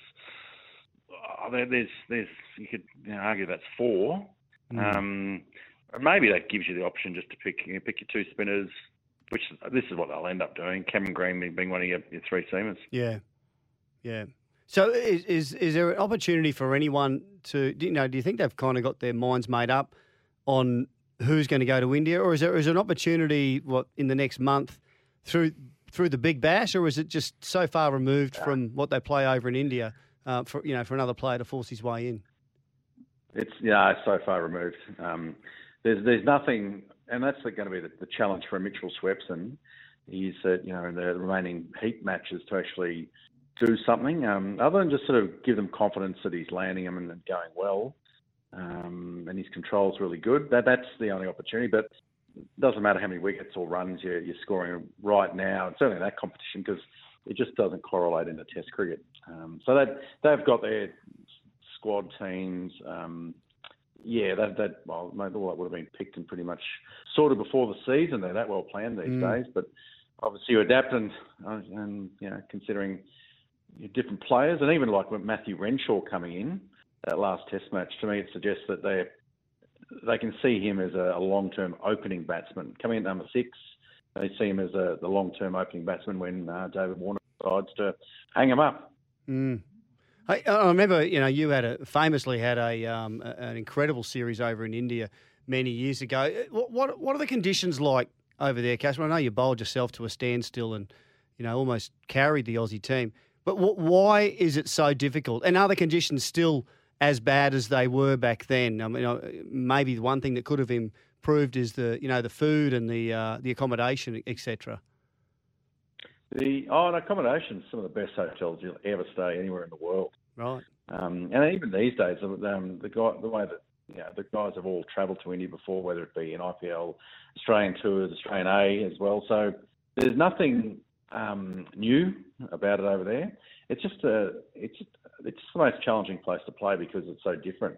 K: oh, there, there's there's you could you know, argue that's four.
M: Mm.
K: Um, and maybe that gives you the option just to pick you know, pick your two spinners, which this is what they'll end up doing. Cameron Green being one of your, your three seamers.
E: Yeah, yeah. So is, is is there an opportunity for anyone to do you know? Do you think they've kind of got their minds made up on who's going to go to India, or is there is there an opportunity what in the next month through through the Big Bash, or is it just so far removed from what they play over in India uh, for you know for another player to force his way in?
K: It's yeah, it's so far removed. Um, there's there's nothing, and that's going to be the, the challenge for Mitchell Swepson, is that you know in the remaining heat matches to actually do something um, other than just sort of give them confidence that he's landing them and going well, um, and his control's really good. That that's the only opportunity, but. It doesn't matter how many wickets or runs you're, you're scoring right now, and certainly in that competition, because it just doesn't correlate into Test cricket. Um, so that they've got their squad teams. Um, yeah, that that well, mate, all that would have been picked and pretty much sorted before the season. They're that well planned these
N: Mm.
K: days, but obviously you adapt and uh, and you know considering your different players and even like with Matthew Renshaw coming in that last Test match to me it suggests that they they can see him as a, a long term opening batsman coming in at number six. They see him as a, the long term opening batsman when uh, David Warner decides to hang him up.
E: Mm. I, I remember, you know, you had a famously had a, um, a- an incredible series over in India many years ago. Uh, What what, what are the conditions like over there, Casper? I know you bowled yourself to a standstill and you know, almost carried the Aussie team. But wh- why is it so difficult? And are the conditions still as bad as they were back then? I mean, uh, maybe the one thing that could have improved is the, you know, the food and the uh, the accommodation, etc.
K: The oh, and accommodation's some of the best hotels you'll ever stay anywhere in the world.
E: Right.
K: Um, and even these days, um, the guy, the way that you know, the guys have all travelled to India before, whether it be in IPL, Australian tours, Australian A as well. So there's nothing um, new about it over there. It's just a, it's it's the most challenging place to play because it's so different,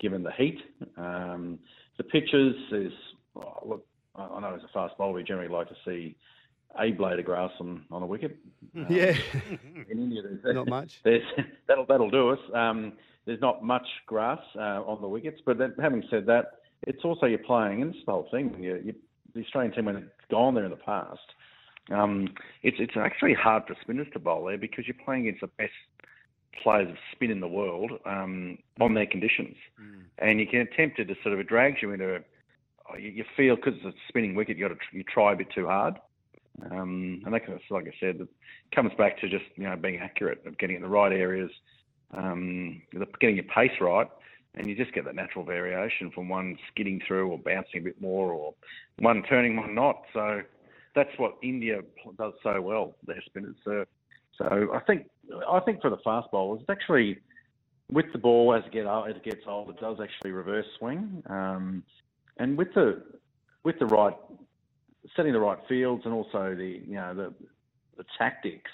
K: given the heat. Um, the pitches is oh, look, I I know as a fast bowler, we generally like to see a blade of grass on, on a wicket. Um,
E: Yeah.
K: in India, there's,
E: Not much.
K: There's, that'll that'll do us. Um, there's not much grass uh, on the wickets, but then, having said that, it's also you're playing, and it's the whole thing. You, you, the Australian team, when it's gone there in the past, um, it's it's actually hard for spinners to bowl there because you're playing against the best players of spin in the world um, on their conditions,
E: Mm.
K: and you can attempt to sort of it drags you into a you you feel because it's a spinning wicket, you got to you try a bit too hard, um, and that kind of like I said, it comes back to just you know being accurate, of getting in the right areas, um, the- getting your pace right, and you just get that natural variation from one skidding through or bouncing a bit more, or one turning, one not. So that's what India pl- does so well. Their spinners. So, so I think I think for the fast bowlers, it's actually with the ball as it, get, o- as it gets old, it does actually reverse swing. Um, and with the with the right setting the right fields and also the you know the the tactics,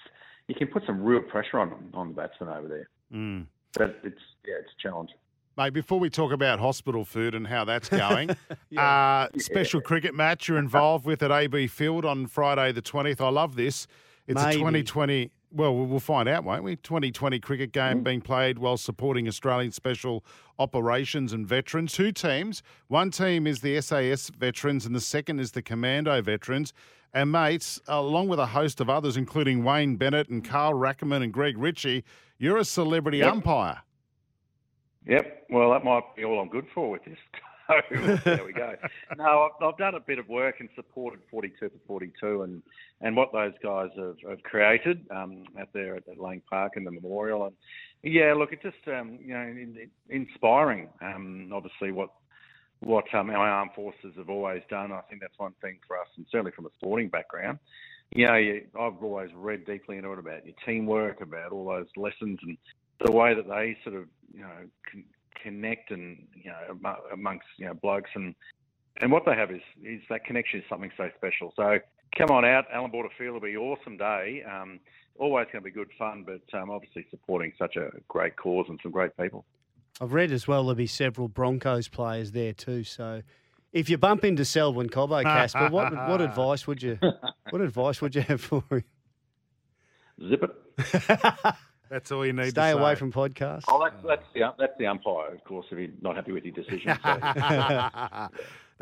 K: you can put some real pressure on on the batsman over there.
D: Mm.
K: But it's yeah, it's a challenge.
D: Mate, before we talk about hospital food and how that's going, uh, special cricket match you're involved with at AB Field on Friday the 20th. I love this. It's a
E: Maybe.
D: 2020, well, we'll we'll find out, won't we? 2020 cricket game being played while supporting Australian special operations and veterans. Two teams. One team is the SAS veterans, and the second is the Commando veterans. And, mates, along with a host of others, including Wayne Bennett and Carl Rackerman and Greg Ritchie, you're a celebrity
K: Yep.
D: umpire.
K: Yep. Well, that might be all I'm good for with this. So there we go. No, I've, I've done a bit of work and supported 42 for 42 and, and what those guys have, have created um, out there at, at Lang Park and the memorial. And yeah, look, it's just um, you know in, in- inspiring. Um, obviously, what what um, our armed forces have always done. I think that's one thing for us, and certainly from a sporting background. You know, you, I've always read deeply into it about your teamwork, about all those lessons, and the way that they sort of you know con- connect and you know amo- amongst you know blokes and and what they have is is that connection is something so special. So come on out, Alan Border Field will be an awesome day. Um, always going to be good fun, but um, obviously supporting such a great cause and some great people.
E: I've read as well there'll be several Broncos players there too. So if you bump into Selwyn Cobbo, Casper, what what advice would you what advice would you have for him?
K: Zip it.
D: That's all you need
E: Stay
D: to
E: away
D: say.
E: from podcasts.
K: Oh, that's that's the that's the umpire, of course, if he's not happy with your decision. So.
D: now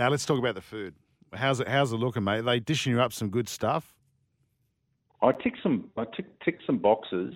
D: let's talk about the food. How's it? How's it looking, mate? They dishing you up some good stuff.
K: I ticked some I tick, ticked some boxes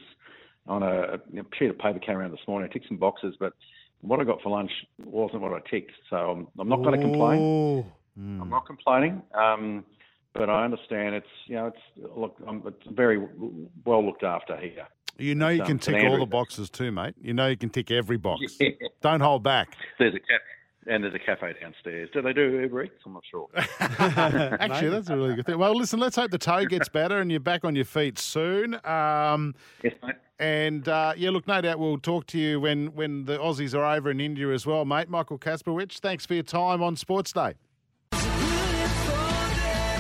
K: on a, a sheet of paper came around this morning. I ticked some boxes, but what I got for lunch wasn't what I ticked, so I'm, I'm not going to complain. I'm not complaining, um, but I understand it's you know it's look I'm, it's very w- well looked after here.
D: You know you
K: Um,
D: can
K: St
D: tick all
K: Andrews.
D: the boxes too, mate. You know you can tick every box. Don't hold back.
K: There's a cafe and there's a cafe downstairs. Do they do Uber Eats? I'm not sure.
D: Actually, that's a really good thing. Well, listen, let's hope the toe gets better and you're back on your feet soon. Um,
K: yes, mate.
D: And uh, yeah, look, no doubt we'll talk to you when when the Aussies are over in India as well, mate. Michael Kasperwich, thanks for your time on Sports Day.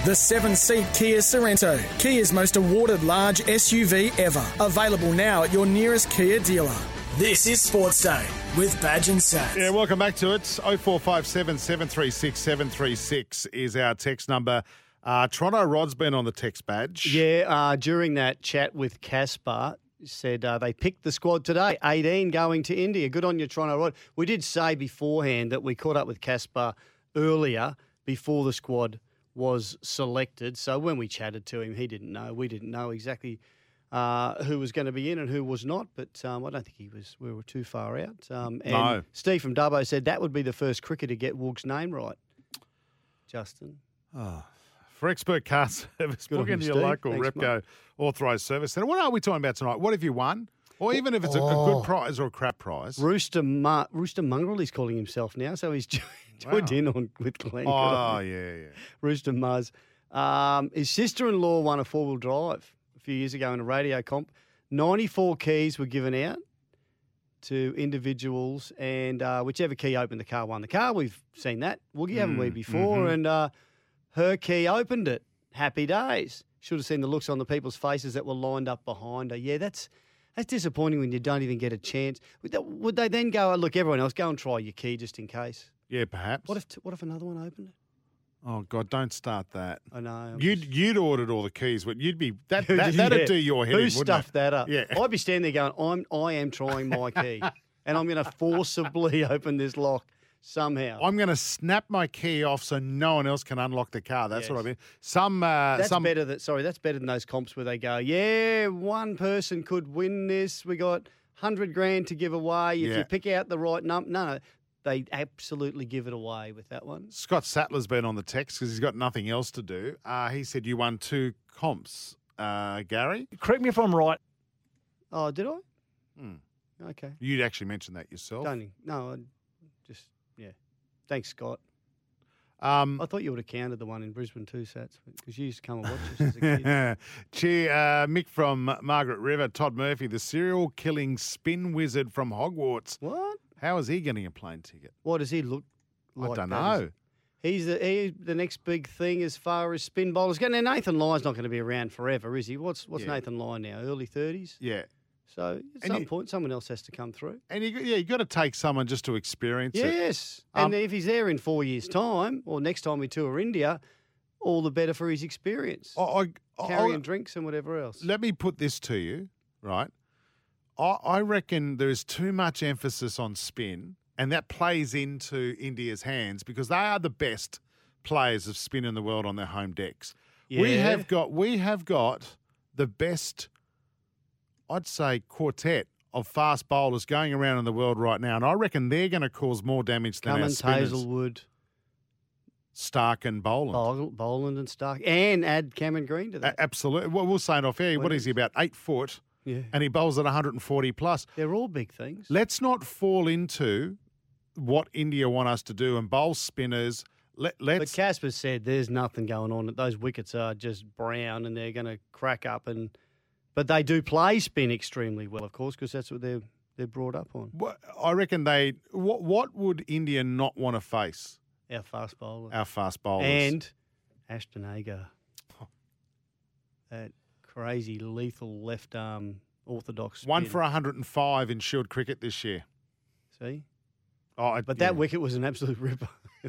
C: The seven seat Kia Sorrento, Kia's most awarded large SUV ever. Available now at your nearest Kia dealer. This is Sports Day with Badge and Sats.
D: Yeah, welcome back to it. 0457 736 736 is our text number. Uh, Toronto Rod's been on the text badge.
E: Yeah, uh, during that chat with Caspar, said uh, they picked the squad today, 18 going to India. Good on you, Toronto Rod. We did say beforehand that we caught up with Caspar earlier before the squad was selected. So when we chatted to him, he didn't know. We didn't know exactly uh, who was going to be in and who was not. But um, I don't think he was. We were too far out. Um, and
D: No.
E: Steve from Dubbo said that would be the first cricketer to get Woog's name right. Justin.
D: Oh, For expert car service,
M: Good on
D: book
M: you,
D: into your
M: Steve.
D: local
M: Thanks,
D: Repco authorised service centre. What are we talking about tonight? What have you won? Or even if it's a, a
E: Oh.
D: good prize or a crap prize.
E: Rooster Ma- Rooster Mongrel, he's calling himself now, so he's jo- joined in on with Glenn. Good
D: Oh,
E: on you.
D: yeah, yeah.
E: Rooster Muzz. Um, his sister-in-law won a four-wheel drive a few years ago in a radio comp. Ninety-four keys were given out to individuals, and uh, whichever key opened the car won the car. We've seen that, Woogie, haven't we,
N: Mm,
E: before?
D: mm-hmm.
N: mhm.
E: And uh, her key opened it. Happy days. Should have seen the looks on the people's faces that were lined up behind her. Yeah, that's that's disappointing when you don't even get a chance. Would, that, would they then go, oh, look, everyone else, go and try your key just in case?
D: Yeah, perhaps.
E: What if what if another one opened it?
D: Oh God, don't start that.
E: I know.
D: You'd you'd ordered all the keys, but you'd be that,
E: Who
D: that
E: did-
D: that'd
E: yeah.
D: do your head.
E: Who
D: in, wouldn't
E: stuffed
D: it?
E: that up?
D: Yeah.
E: Uh, I'd be standing there going, I'm I am trying my key, and I'm going to forcibly open this lock somehow.
D: I'm going to snap my key off so no one else can unlock the car. That's what I
E: Yes.
D: mean. Some uh,
E: that's
D: some
E: better than sorry, that's better than those comps where they go, yeah, one person could win this. We got hundred grand to give away if
D: Yeah.
E: you pick out the right number. No, no, they absolutely give it away with that one.
D: Scott Sattler's been on the text because he's got nothing else to do. Uh, he said you won two comps, uh, Gary.
M: Correct me if I'm right.
E: Oh, did I?
D: Hmm.
E: Okay.
D: You'd actually mentioned that yourself.
E: Don't, no, I just yeah. Thanks, Scott.
D: Um,
E: I thought you would have counted the one in Brisbane too, Sats, because you used to come and watch us as a kid.
D: Cheer, uh, Mick from Margaret River, Todd Murphy, the serial killing spin wizard from Hogwarts.
E: What?
D: How is he getting a plane ticket?
E: What does he look like?
D: I don't
E: that is-
D: know.
E: He's the he, the next big thing as far as spin bowlers go. Now Nathan Lyon's not going to be around forever, is he? What's what's
D: Yeah.
E: Nathan Lyon now? Early thirties.
D: Yeah.
E: So at
D: And
E: some
D: you-
E: point, someone else has to come through.
D: And you, yeah, you got to take someone just to experience it.
E: Yes,
D: Um,
E: and if he's there in four years' time, or next time we tour India, all the better for his experience.
D: I, I-
E: Carrying drinks and whatever else.
D: Let me put this to you, right? I, I reckon there is too much emphasis on spin, and that plays into India's hands because they are the best players of spin in the world on their home decks. We
M: Yeah.
D: have got we have got the best, I'd say, quartet of fast bowlers going around in the world right now, and I reckon they're going to cause more damage than our
E: Cummins,
D: spinners.
E: Hazelwood,
D: Stark and Boland.
E: Bol- Boland, and Stark, and add Cameron Green to that.
D: Absolutely. Well, we'll say it off air. What is he about eight foot?
E: Yeah.
D: And he bowls at 140 plus.
E: They're all big things.
D: Let's not fall into what India want us to do and bowl spinners. Let,
E: But
D: let's
E: Casper said there's nothing going on. Those wickets are just brown and they're going to crack up. And but they do play spin extremely well, of course, because that's what they're they're brought up on.
D: What, I reckon they. What what would India not want to face?
E: Our fast bowler
D: Our fast bowlers.
E: and Ashton Agar, that crazy lethal left arm orthodox
D: one
E: spin.
D: for 105 in Shield cricket this year.
E: See,
D: Oh, I,
E: but that wicket was an absolute ripper.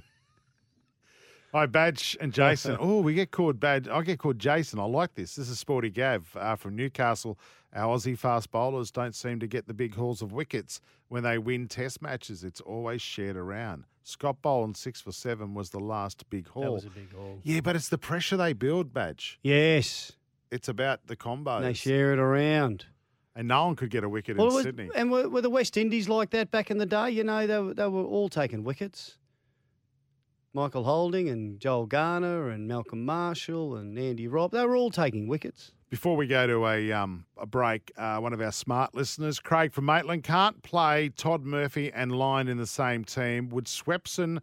D: Hi, Badge and Jason. oh, we get called Badge. I get called Jason. I like this. This is Sporty Gav uh, from Newcastle. Our Aussie fast bowlers don't seem to get the big hauls of wickets when they win test matches. It's always shared around. Scott Boland, six for seven, was the last big haul.
E: That was a big haul.
D: Yeah, but it's the pressure they build, Badge.
E: Yes.
D: It's about the combos.
E: They share it around.
D: And no one could get a wicket
E: Well,
D: in
E: it was-
D: Sydney.
E: And were, were the West Indies like that back in the day? You know, they were, they were all taking wickets. Michael Holding and Joel Garner and Malcolm Marshall and Andy Robb, they were all taking wickets.
D: Before we go to a um, a break, uh, one of our smart listeners, Craig from Maitland, can't play Todd Murphy and Lyon in the same team. Would Swepson,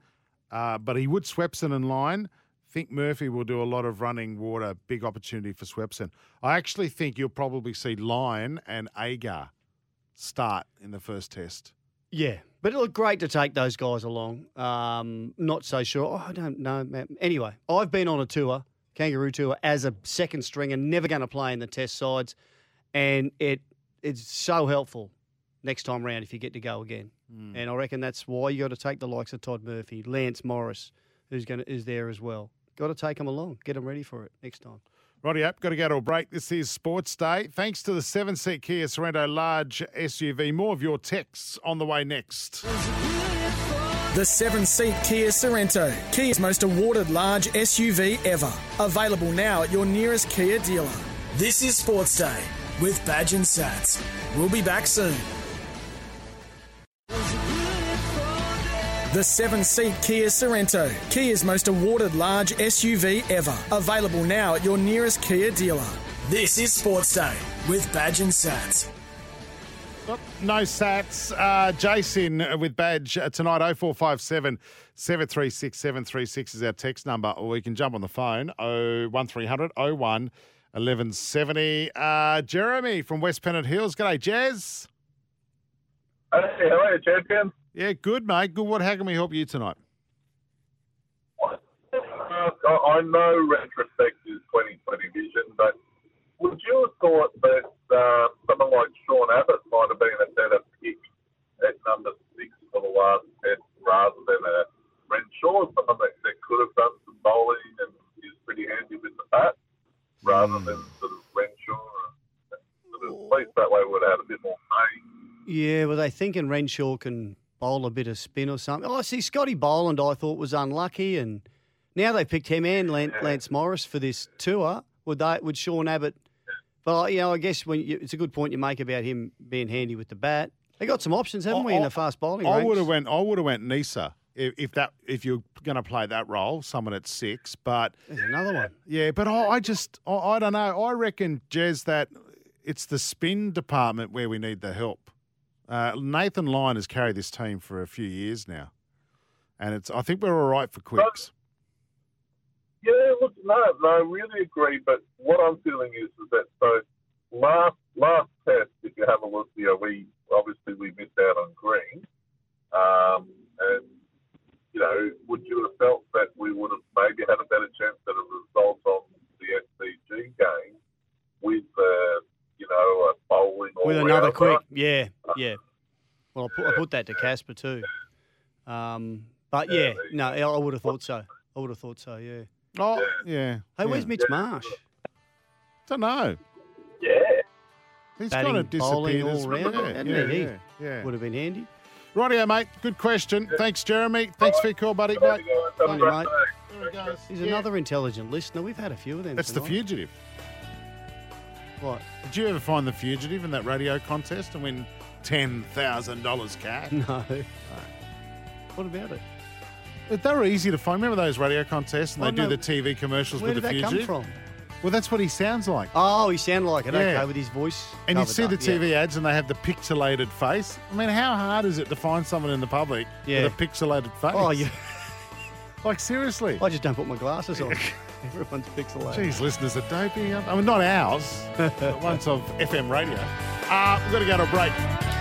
D: uh, but he would Swepson and Lyon. Think Murphy will do a lot of running water. Big opportunity for Swepson. I actually think you'll probably see Lyon and Agar start in the first test.
E: Yeah. But it looked great to take those guys along. Um, not so sure. Oh, I don't know. man. Anyway, I've been on a tour, kangaroo tour, as a second stringer, never going to play in the test sides. And it it's so helpful next time round if you get to go again. And I reckon that's why you got to take the likes of Todd Murphy, Lance Morris, who's going to, is there as well. Got to take them along, get them ready for it next time.
D: Righty up, got to go to a break. This is Sports Day. Thanks to the seven seat Kia Sorrento large SUV. More of your texts on the way next.
C: The seven seat Kia Sorrento, Kia's most awarded large SUV ever. Available now at your nearest Kia dealer. This is Sports Day with Badge and Sats. We'll be back soon. The seven seat Kia Sorrento, Kia's most awarded large SUV ever. Available now at your nearest Kia dealer. This is Sports Day with Badge and Sats.
D: No sats. Uh, Jason with badge uh, tonight 0457 736 736 is our text number, or you can jump on the phone 01300 01 1170. Uh, Jeremy from West Pennant Hills. G'day, Jazz.
M: Hey, hello, champion.
D: Yeah, good, mate. Good. What? How can we help you tonight?
M: Uh, I I know retrospect is 2020 vision, but would you have thought that uh, someone like Sean Abbott might have been a better pick at number six for the last test rather than a Renshaw, someone that, that could have done some bowling and is pretty handy with the bat, rather than sort of Renshaw? Sort of, at least that way we would have had a bit more pain.
E: Yeah, well, they thinking Renshaw can bowl a bit of spin or something. Oh, I see Scotty Boland, I thought was unlucky, and now they picked him and Lan- Lance Morris for this tour. Would they? Would Sean Abbott? But you know, I guess when you, it's a good point you make about him being handy with the bat. They got some options, haven't we, in the fast bowling
D: I
E: ranks?
D: would have went. I would have went Nisa if, if that if you're going to play that role, someone at six. But
E: there's another one.
D: Yeah, but I, I just I, I don't know. I reckon Jez that it's the spin department where we need the help. Uh, Nathan Lyon has carried this team for a few years now, and it's I think we're all right for quicks.
M: Yeah, look, no, no, I really agree. But what I'm feeling is, is that so last last test, if you have a look here, we obviously we missed out on Green, um, and you know, would you have felt that we would have maybe had a better chance at a result on the SCG game with uh, you know a bowling or
E: With another quick, Oh, yeah, yeah. Well, I put, I put that to Casper too. Um, but yeah, no, I I would have thought so. I would have thought so. Yeah.
D: Oh, yeah.
E: Hey, where's Mitch Marsh?
D: Don't know.
M: Yeah.
D: He's
E: Batting,
D: kind of disappeared.
E: bowling all round, hasn't he?
D: yeah, yeah.
E: Would have been handy.
D: Rightio, mate. Good question. Thanks, Jeremy. Thanks for your call, buddy. Mate.
E: Thank you, mate.
D: There he goes.
E: He's
D: Yeah.
E: another intelligent listener. We've had a few of them.
D: That's the
E: tonight.
D: fugitive.
E: What?
D: Did you ever find the fugitive in that radio contest and win ten thousand dollars cash?
E: No. What about it?
D: But They were easy to find. Remember those radio contests and
E: I
D: they do
E: know.
D: the TV commercials
E: Oh, Where
D: with
E: did
D: the
E: that come
D: fugitive?
E: from?
D: Well, that's what he sounds like.
E: Oh, he sounded like it.
D: Yeah.
E: Okay, with his voice.
D: And you
E: covered
D: see
E: up,
D: the
E: yeah.
D: TV ads and they have the pixelated face. I mean, how hard is it to find someone in the public
E: Yeah.
D: with a pixelated face?
E: Oh, yeah.
D: like seriously.
E: I just don't put my glasses on. Everyone's pixelated.
D: Jeez, listeners are dopey. I mean, not ours, but ones of FM radio. Uh, we've got to go to a break.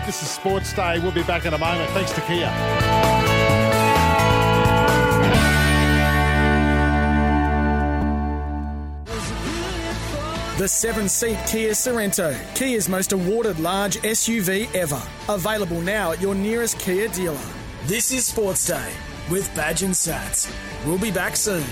D: This is Sports Day. We'll be back in a moment. Thanks to Kia.
C: The seven seat Kia Sorrento, Kia's most awarded large SUV ever. Available now at your nearest Kia dealer. This is Sports Day with Badge and Sats. We'll be back soon.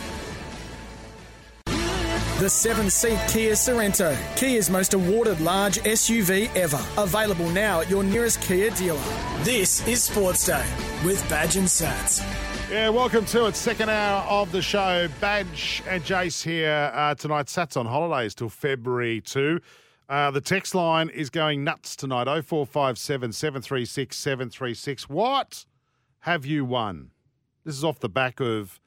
C: The seven seat Kia Sorrento, Kia's most awarded large SUV ever. Available now at your nearest Kia dealer. This is Sports Day with Badge and Sats.
D: Yeah, welcome to it. Second hour of the show. Badge and Jace here uh, tonight. Sats on holidays till February 2. Uh, the text line is going nuts tonight 0457 736 736. What have you won? This is off the back of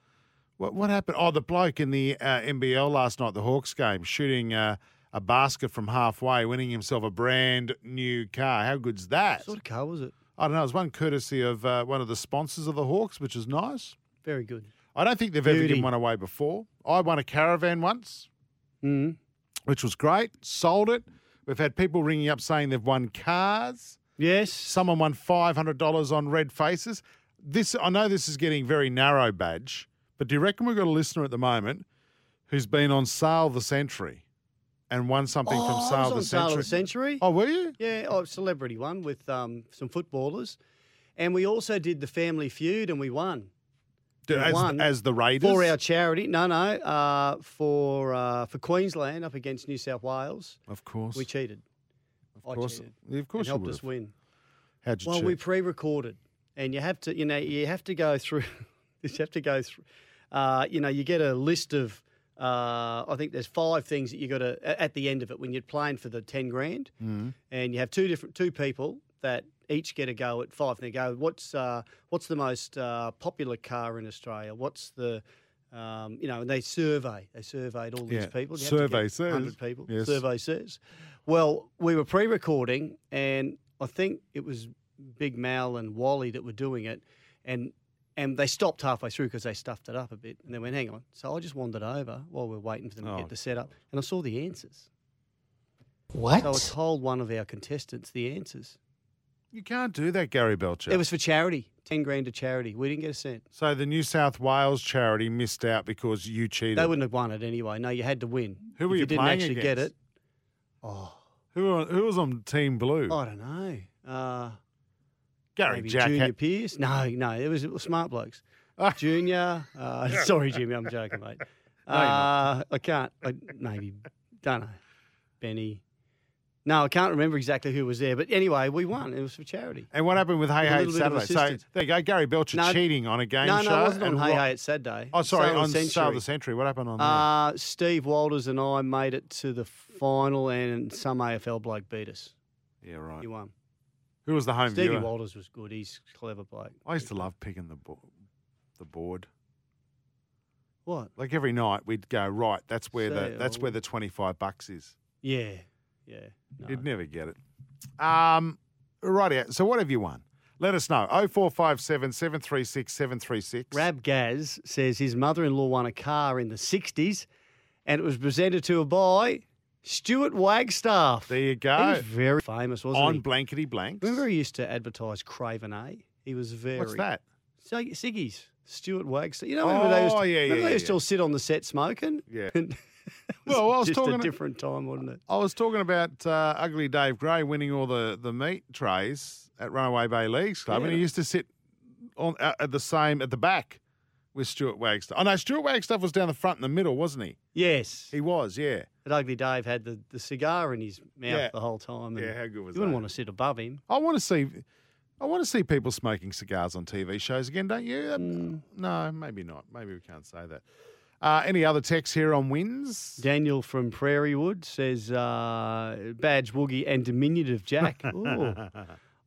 D: what, what happened? Oh, the bloke in the uh, NBL last night, the Hawks game, shooting uh, a basket from halfway, winning himself a brand new car. How good's that?
E: What car was it?
D: I don't know. It was one courtesy of uh, one of the sponsors of the Hawks, which is nice.
E: Very good.
D: I don't think they've ever
E: Beauty.
D: given one away before. I won a caravan once,
E: Mm.
D: which was great. Sold it. We've had people ringing up saying they've won cars.
E: Yes.
D: Someone won five hundred dollars on red faces. This I know this is getting very narrow, badge. But do you reckon we've got a listener at the moment who's been on sale the century and won something
E: Oh,
D: from
E: I
D: sale
E: was
D: the century?
E: on Sale of the Century.
D: Oh, were you?
E: Yeah, oh, celebrity one with um, some footballers, and we also did the Family Feud, and we won.
D: Do-
E: We
D: as,
E: won
D: as the Raiders
E: for our charity. No, no, uh, for uh, for Queensland up against New South Wales,
D: Of course.
E: we cheated. Of
D: course-
E: I cheated.
D: yeah, of course
E: it
D: you
E: helped
D: would
E: us
D: have.
E: win.
D: How'd you
E: well,
D: cheat?
E: we pre-recorded, and you have to, you know, you have to go through. you have to go through. Uh, you know, you get a list of. Uh, I think there's five things that you got to at the end of it when you're playing for the ten grand,
D: Mm.
E: and you have two different two people that each get a go at five. They go, what's uh, what's the most uh, popular car in Australia? What's the um, you know, and they survey. They surveyed all these
D: Yeah.
E: people. You had to
D: Survey
E: get
D: says.
E: 100 people.
D: Yes.
E: Survey says. Well, we were pre-recording, and I think it was Big Mal and Wally that were doing it, and and they stopped halfway through because they stuffed it up a bit, and they went, "Hang on." So I just wandered over while we are waiting for them to
N: Oh.
E: get the setup, and I saw the answers.
D: What?
E: So I told one of our contestants the answers.
D: You can't do that, Gary Belcher.
E: It was for charity, ten grand to charity. We didn't get a cent.
D: so the New South Wales charity missed out because you cheated.
E: They wouldn't have won it anyway. No, you had to win.
D: Who
E: if
D: were you
E: you didn't
D: playing
E: actually get
D: against?
E: it. Oh,
D: who, were- who was on Team Blue?
E: I don't know. Uh,
D: Gary
E: maybe
D: Jack. Ah.
E: Junior Pierce? No, no, it was, it was smart blokes. Junior. Uh, sorry, Jimmy, I'm joking, mate.
D: No, you're
E: Uh, I can't. I, maybe don't know. Benny. No, I can't remember exactly who was there, but anyway, we won. It was for charity.
D: And what happened with Hey
E: With a
D: Hey
E: little bit of
D: Saturday? So
E: assistance.
D: there you go, Gary Belcher
E: No,
D: cheating on a game
E: no,
D: show.
E: no, it wasn't on
D: and
E: Hey
D: Ro-
E: Hey, it's Saturday.
D: Oh, sorry,
E: Sale of
D: on
E: the
D: Sale of
E: Century.
D: the Century. What happened on that?
E: Uh, Steve Walters and I made it to the final, and some AFL bloke beat us.
D: Yeah, right.
E: You won.
D: Who was the home
E: Stevie
D: viewer?
E: Walters was good. He's a clever bloke.
D: I used to love picking the bo- the board.
E: What?
D: Like every night, we'd go right. That's where the that's
E: Sale.
D: where the twenty five bucks is.
E: Yeah, yeah.
D: You'd never get it. Um, right. So what have you won? Let us know. 0457 736 736.
E: Rab Gaz says his mother-in-law won a car in the '60s, and it was presented to her by Stuart Wagstaff. There
D: you
E: He
D: go.
E: was very famous, wasn't
D: On
E: he?
D: blankety blank.
E: Remember, he used to advertise Craven A. He was very.
D: What's that?
E: So Siggy's Stuart Wagstaff. You know, remember they used
D: Oh,
E: to,
D: yeah,
E: remember
D: yeah,
E: they used
D: yeah.
E: to all sit on the set smoking.
D: Yeah.
E: well,
D: I was
E: just
D: talking
E: a
D: to-
E: different time, wasn't it?
D: I was talking about uh, Ugly Dave Gray winning all the, the meat trays at Runaway Bay Leagues Club, and he
E: Yeah.
D: used to sit on uh, at the same at the back with Stuart Wagstaff. Oh no, Stuart Wagstaff was down the front in the middle, wasn't he?
E: Yes.
D: He was, yeah.
E: But Ugly Dave had the, the cigar in his mouth
D: Yeah.
E: the whole time. And
D: Yeah, how good was
E: You wouldn't
D: that?
E: want to sit above him.
D: I want to see, I want to see people smoking cigars on TV shows again, don't you? That-
E: Hmm.
D: No, maybe not. Maybe we can't say that. Uh, any other texts here on wins?
E: Daniel from Prairie Wood says, uh, Badge Woogie and Diminutive Jack. Ooh.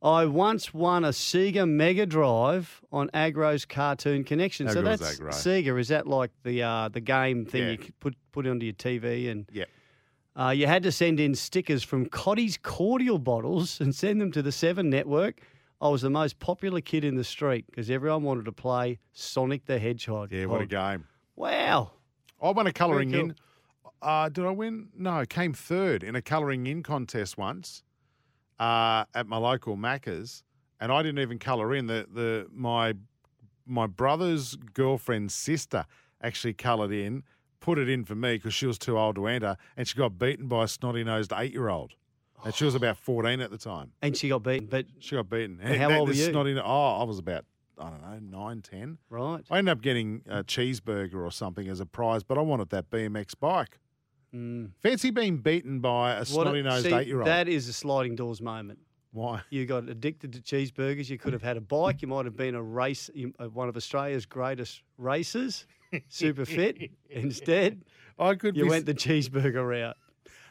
E: I once won a Sega Mega Drive on Agro's Cartoon Connection.
D: How
E: so
D: good was
E: that's
D: Agro?
E: Sega. Is that like the uh, the game thing
D: Yeah.
E: you c- put put onto your TV? And
D: yeah,
E: uh, you had to send in stickers from Coddy's cordial bottles and send them to the Seven Network. I was the most popular kid in the street because everyone wanted to play Sonic the Hedgehog. Oh.
D: Yeah, what a game!
E: Wow.
D: I won a colouring
E: Very
D: in. Uh, did I win? No, I came third in a colouring in contest once uh, at my local Macca's, and I didn't even colour in. The the my my brother's girlfriend's sister actually coloured in, put it in for me because she was too old to enter, and she got beaten by a snotty nosed eight year old, and she was about fourteen at the time.
E: And she got beaten, but
D: she got beaten.
E: And how
D: that-
E: old were
D: this
E: you?
D: snotty- oh, I was about I don't know nine, ten.
E: Right.
D: I ended up getting a cheeseburger or something as a prize, but I wanted that BMX bike.
E: Mm.
D: Fancy being beaten by a
E: What a-
D: snotty nosed
E: see,
D: eight year old.
E: That is a sliding doors moment.
D: Why?
E: You got addicted to cheeseburgers. You could have had a bike. You might have been a race, you- uh, one of Australia's greatest racers, super fit. Instead,
D: I could
E: you
D: be
E: went the cheeseburger route.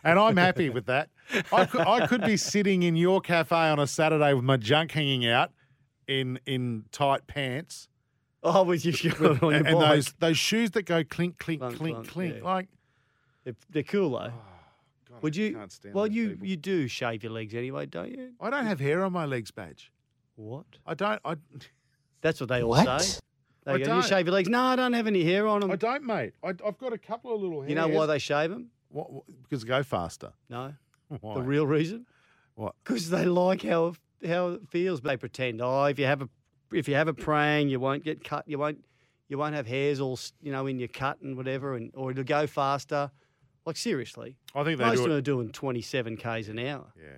D: And I'm happy with that. I could, I could be sitting in your cafe on a Saturday with my junk hanging out in in tight pants.
E: Oh, with your
D: With-
E: on your
D: and and
E: bike.
D: those those shoes that go clink, clink, clink,
E: clunk,
D: clink.
E: yeah.
D: Like
E: They're, they're cool though. Would you?
D: Oh, can't stand
E: well,
D: those
E: you you do shave your legs anyway, don't you?
D: I don't have hair on my legs, badge.
E: What?
D: I don't. I.
E: That's what they all
D: What?
E: say. They
D: I
E: go,
D: don't.
E: You shave your legs? No, I don't have any hair on them.
D: I don't, mate. I, I've got a couple of little.
E: You know why
D: hairs.
E: they shave them?
D: What, what, because they go faster.
E: No.
D: Why?
E: The real reason?
D: What?
E: Because they like how how it feels, but they pretend. Oh, if you have a if you have a prang, you won't get cut. You won't you won't have hairs all s- you know in your cut and whatever, and or it'll go faster. Like seriously,
D: I think they
E: most
D: do
E: of them
D: it-
E: are doing twenty seven k's an hour.
D: Yeah.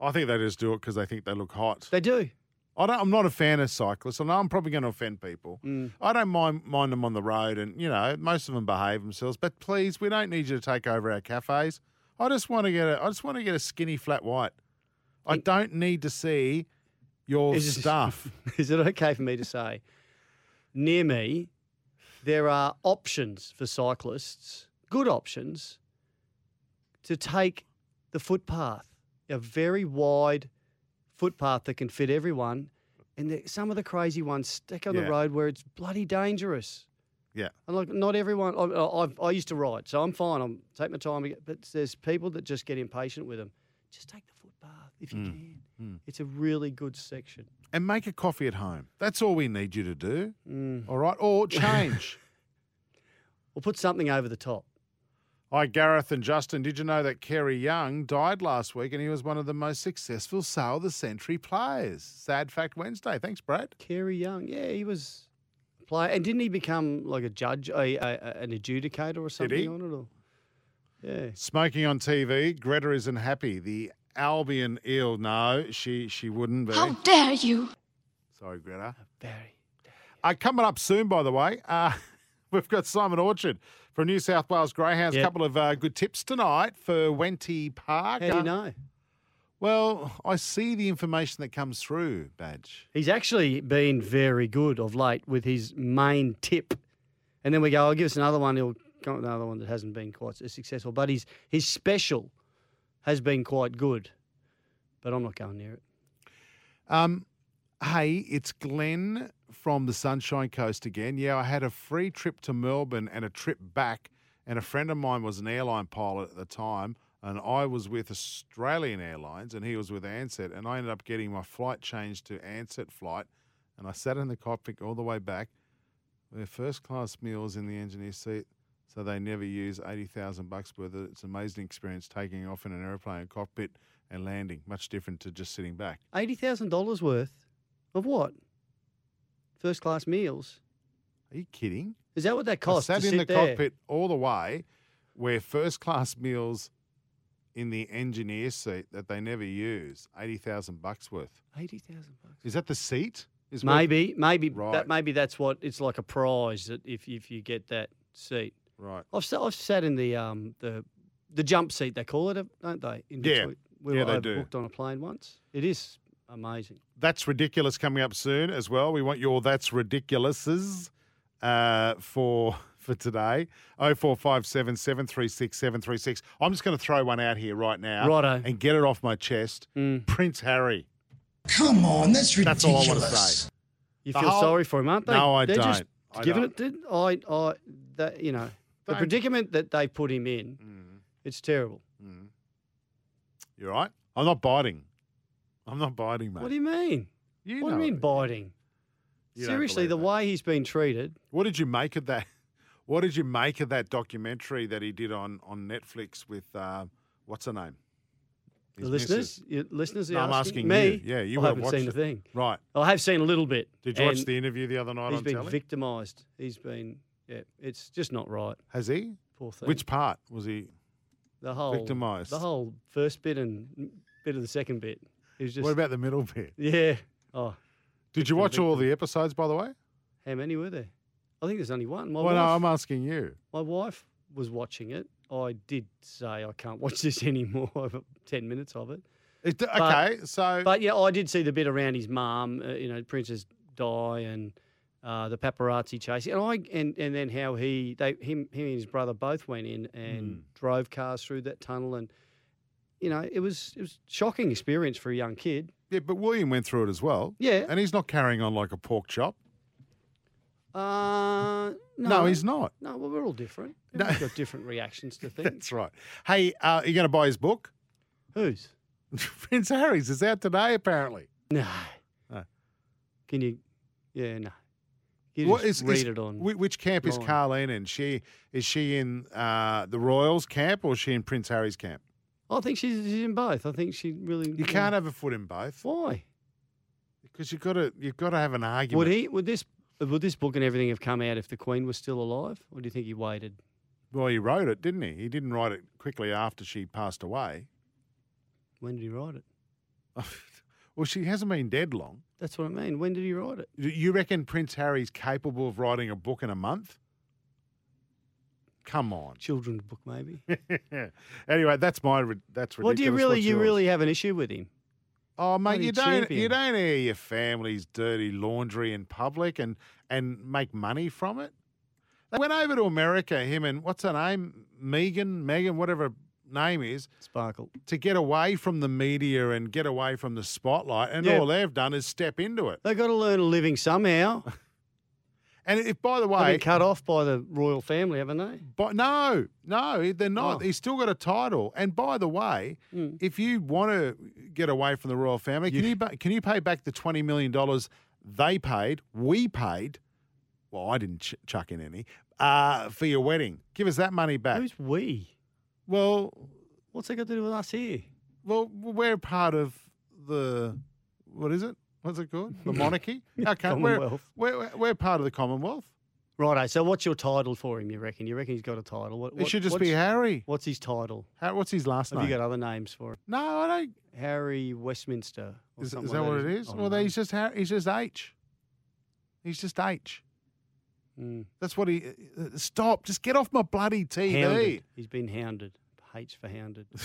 D: I think they just do it because they think they look hot.
E: They do.
D: I don't, I'm not a fan of cyclists. I know I'm probably going to offend people.
E: Mm.
D: I don't mind mind them on the road, and you know most of them behave themselves. But please, we don't need you to take over our cafes. I just want to get a I just want to get a skinny flat white. I don't need to see your
E: Is it-
D: stuff.
E: Is it okay for me to say? Near me, there are options for cyclists, good options, to take the footpath, a very wide footpath that can fit everyone. And the, some of the crazy ones stick on
D: Yeah.
E: the road where it's bloody dangerous.
D: Yeah.
E: And like, not everyone. I, I, I've- I used to ride, so I'm fine. I'm take my time. But there's people that just get impatient with them. Just take the footpath if
D: Mm.
E: you can.
D: Hmm.
E: It's a really good section.
D: And make a coffee at home. That's all we need you to do. All right. Or change.
E: we'll Mm. put something over the top.
D: Hi, Gareth and Justin. Did you know that Kerry Young died last week and he was one of the most successful Sale of the Century players? Sad Fact Wednesday. Thanks, Brad.
E: Kerry Young. Yeah, he was a player. And didn't he become like a judge, a, a, a- an adjudicator or something
D: he?
E: on it? Or? Yeah.
D: Smoking on TV. Greta isn't happy. The Albion ill. No, she she wouldn't be.
N: How dare you?
D: Sorry, Greta.
E: Very.
D: Uh, coming up soon, by the way, uh, we've got Simon Orchard from New South Wales Greyhounds. A couple of uh, good tips tonight for Wenty Park.
E: How do you know?
D: Well, I see the information that comes through, Badge.
E: He's actually been very good of late with his main tip. And then we go, oh, give us another one. He'll come up with another one that hasn't been quite as successful. But his, his special has been quite good. But I'm not going near it.
D: Um, hey, it's Glenn from the Sunshine Coast again. Yeah, I had a free trip to Melbourne and a trip back, and a friend of mine was an airline pilot at the time, and I was with Australian Airlines, and he was with Ansett, and I ended up getting my flight changed to Ansett flight, and I sat in the cockpit all the way back. Their first class meals in the engineer seat, so they never use eighty thousand bucks worth. of it. It's an amazing experience taking off in an airplane cockpit and landing. Much different to just sitting back.
E: $80,000 worth of what? First class meals.
D: Are you kidding?
E: Is that what that costs?
D: I
E: to
D: sat in the
E: sit there?
D: cockpit all the way, where first class meals in the engineer seat that they never use, eighty thousand bucks worth.
E: 80,000 bucks.
D: Is that the seat? Is worth-
E: Maybe, maybe
D: Right.
E: that maybe that's what it's like a prize that if if you get that seat.
D: Right.
E: I've sat, I've sat in the um the the jump seat they call it, don't they? In
D: Yeah.
E: Detroit. We
D: Yeah,
E: were
D: they do.
E: overbooked on a plane once. It is amazing.
D: That's ridiculous coming up soon as well. We want your that's ridiculouses uh, for for today. Oh four five seven seven three six seven three six. I'm just going to throw one out here right now,
G: Righto.
D: and get it off my chest. Prince Harry.
G: Come on, that's ridiculous.
D: That's all I want to say.
E: You
D: The
E: feel
D: whole-
E: sorry for him, aren't they?
D: No, I
E: They're Just
D: don't. I
E: giving
D: don't.
E: it. to- I I that you know the
D: Don't. Mm.
E: predicament that they put him in. It's terrible.
D: You're Mm. right. I'm not biting. I'm not biting, mate.
E: What do you mean?
D: You
E: what do
D: know
E: you mean biting?
D: You don't
E: Seriously,
D: believe
E: the way he's been treated.
D: What did you make of that? What did you make of that documentary that he did on on Netflix with uh, what's her name?
E: The
D: His
E: listeners,
D: missus.
E: you, listeners, are
D: No, I'm
E: asking,
D: asking
E: me.
D: you. Yeah, you
E: I
D: won't
E: haven't
D: watch
E: seen
D: it.
E: a thing.
D: Right.
E: I have seen a little bit.
D: Did you watch
E: and
D: the interview the other night
E: He's
D: on
E: been
D: telly?
E: victimised. He's been, yeah, it's just not right.
D: Has he?
E: Poor thing.
D: Which part was he?
E: the whole
D: victimised?
E: The whole first bit and bit of the second bit. It was just
D: what about the middle bit?
E: yeah. Oh,
D: Did you
E: victim,
D: watch all the episodes, by the way?
E: how many were there? I think there's only one. My
D: well, no,
E: wife,
D: I'm asking you.
E: my wife was watching it. I did say I can't watch this anymore. I've- Ten minutes of it.
D: It,
E: But-
D: okay, so
E: But yeah, I did see the bit around his mum. Uh, you know, Princess Di and uh, the paparazzi chasing, and I and, and then how he they him him and his brother both went in and
D: Hmm.
E: drove cars through that tunnel, and you know it was it was shocking experience for a young kid.
D: yeah, but William went through it as well.
E: Yeah.
D: and he's not carrying on like a pork chop.
E: Uh, no,
D: No, he's not.
E: No, well, we're all different. Everyone's got different reactions to things.
D: That's right. Hey, uh, are you going to buy his book?
E: Whose?
D: Prince Harry's. It's out today, apparently.
E: No.
D: No.
E: Can you? Yeah, no. You
D: What
E: just
D: is-
E: read
D: is-
E: it on.
D: whi- Which camp is
E: line.
D: Carlene in? She is she in uh, the Royals camp or is she in Prince Harry's camp?
E: I think she's, she's in both. I think she really.
D: You can't have a foot in both
E: Why?
D: because you've got to you've got to have an argument.
E: Would he? Would this? Would this book and everything have come out if the Queen was still alive, or do you think he waited?
D: Well, he wrote it, didn't he? He didn't write it quickly after she passed away.
E: When did he write it?
D: well, she hasn't been dead long.
E: That's what I mean. When did he write it?
D: Y- You reckon Prince Harry's capable of writing a book in a month? Come on.
E: Children's book, maybe.
D: anyway, that's my ri- that's ridiculous.
E: What do you really?
D: What's
E: You
D: yours?
E: really have an issue with him?
D: Oh mate,
E: Bloody
D: you don't you
E: champion.
D: don't air your family's dirty laundry in public and and make money from it. They went over to America, him and what's her name, Megan, Megan, whatever name is
E: Sparkle
D: to get away from the media and get away from the spotlight. And
E: Yeah.
D: all they've done is step into it.
E: They got to learn a living somehow.
D: and if, by the
E: They've
D: way,
E: been cut off by the royal family, haven't they?
D: But no, no, they're not.
E: Oh.
D: He's still got a title. And by the way, if you want to get away from the royal family, can you ba- can you pay back the twenty million dollars they paid, we paid? Well, I didn't ch- chuck in any uh, for your wedding. Give us that money back.
E: Who's we?
D: Well,
E: what's that got to do with us here?
D: Well, we're part of the what is it? What's it called? The monarchy. Okay, we're,
E: Commonwealth.
D: we're we're- we're part of the Commonwealth.
E: Righto. So what's your title for him? You reckon? You reckon he's got a title? What,
D: It should just
E: what's-
D: be Harry.
E: What's his title?
D: Har- what's his last
E: Have
D: name?
E: you got other names for him?
D: No, I don't.
E: Harry Westminster. Or
D: Is,
E: something
D: is that
E: like
D: what it is?
E: I don't
D: Well,
E: know.
D: he's just Har- he's just H. He's just H.
E: Mm.
D: That's what he. uh, uh, Stop! Just get off my bloody TV.
E: Hounded. He's been hounded. H for hounded.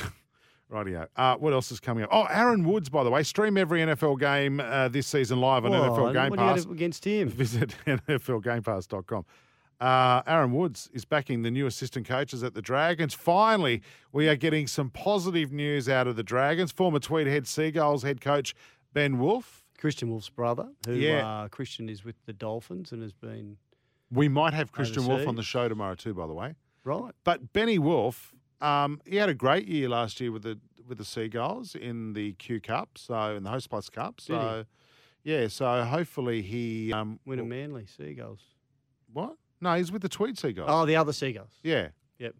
D: Rightio. Uh, what else is coming up? Oh, Aaron Woods, by the way, stream every NFL game uh, this season live on
E: Whoa,
D: NFL Game
E: what do you
D: Pass.
E: have against him?
D: Visit NFLGamePass.com. Uh, Aaron Woods is backing the new assistant coaches at the Dragons. Finally, we are getting some positive news out of the Dragons. Former Tweed Head Seagulls head coach Ben Wolf.
E: Christian Wolf's brother, who
D: Yeah.
E: uh, Christian is with the Dolphins and has been
D: We might have Christian Wolf on
E: Overseas.
D: the show tomorrow too, by the way.
E: right.
D: But Benny Wolf, um, he had a great year last year with the with the Seagulls in the Q Cup, so in the Host Plus Cup.
E: Did he?
D: So yeah, so hopefully he um,
E: Win a Manly Seagulls.
D: what? No, he's with the Tweed Seagulls.
E: Oh, the other Seagulls.
D: yeah.
E: Yep.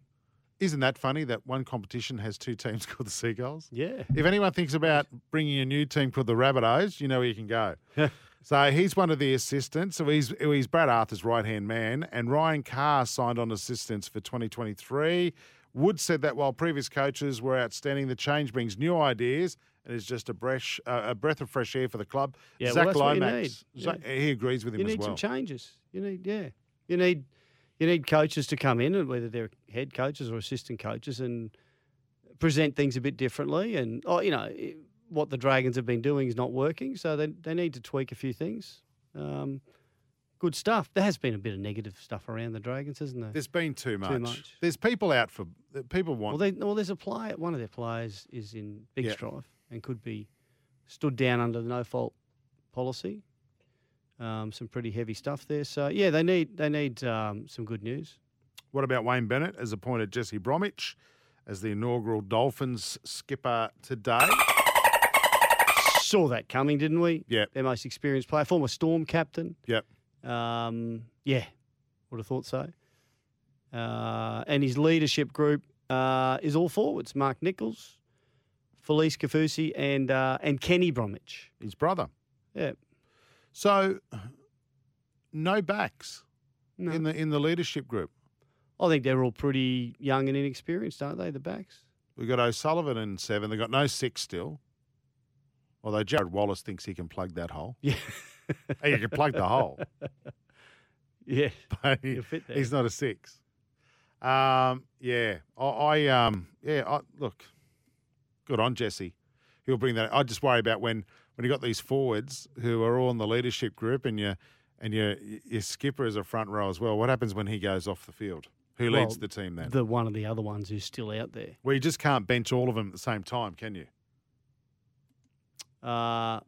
D: Isn't that funny that one competition has two teams called the Seagulls?
E: Yeah.
D: If anyone thinks about bringing a new team called the Rabbitohs, you know where you can go. so he's one of the assistants. So he's oh, he's Brad Arthur's right hand man, and Ryan Carr signed on assistance for 2023. Wood said that while previous coaches were outstanding, the change brings new ideas and is just a breath uh, a breath of fresh air for the club.
E: Yeah, well,
D: Zach
E: that's what you
D: Lomax,
E: need.
D: Zach-
E: Yeah.
D: he agrees with him
E: You
D: as
E: need
D: well.
E: some changes. You need yeah. You need you need coaches to come in and whether they're head coaches or assistant coaches and present things a bit differently and oh you know it, what the Dragons have been doing is not working so they they need to tweak a few things. Um, good stuff. There has been a bit of negative stuff around the Dragons, hasn't there?
D: There's been too much.
E: much.
D: There's people out for people want.
E: Well, they, well, there's a player. One of their players is in big
D: Yeah.
E: strife and could be stood down under the no fault policy. Um, some pretty heavy stuff there. So yeah, they need they need um, some good news.
D: What about Wayne Bennett has appointed Jesse Bromwich as the inaugural Dolphins skipper today?
E: Saw that coming, didn't we?
D: Yep.
E: Their most experienced player, former Storm captain.
D: Yep.
E: Um, yeah, would have thought so. Uh, and his leadership group uh, is all forwards: Mark Nichols, Felice Kafusi, and uh, and Kenny Bromwich.
D: His brother.
E: Yeah.
D: So no backs
E: No.
D: in the in the leadership group.
E: I think they're all pretty young and inexperienced, aren't they? The backs.
D: We've got O'Sullivan in seven. They've got no six still. Although Jared Wallace thinks he can plug that hole.
E: Yeah.
D: Hey, you can plug the hole.
E: Yeah.
D: But he-
E: You'll fit there.
D: he's not a six. Um, yeah. I, I um yeah, I look, good on Jesse. He'll bring that. I just worry about when when you got these forwards who are all in the leadership group and you and your your skipper is a front row as well. What happens when he goes off the field? Who leads
E: Well,
D: the team then?
E: The one of the other ones who's still out there.
D: Well, you just can't bench all of them at the same time, can you?
E: Uh,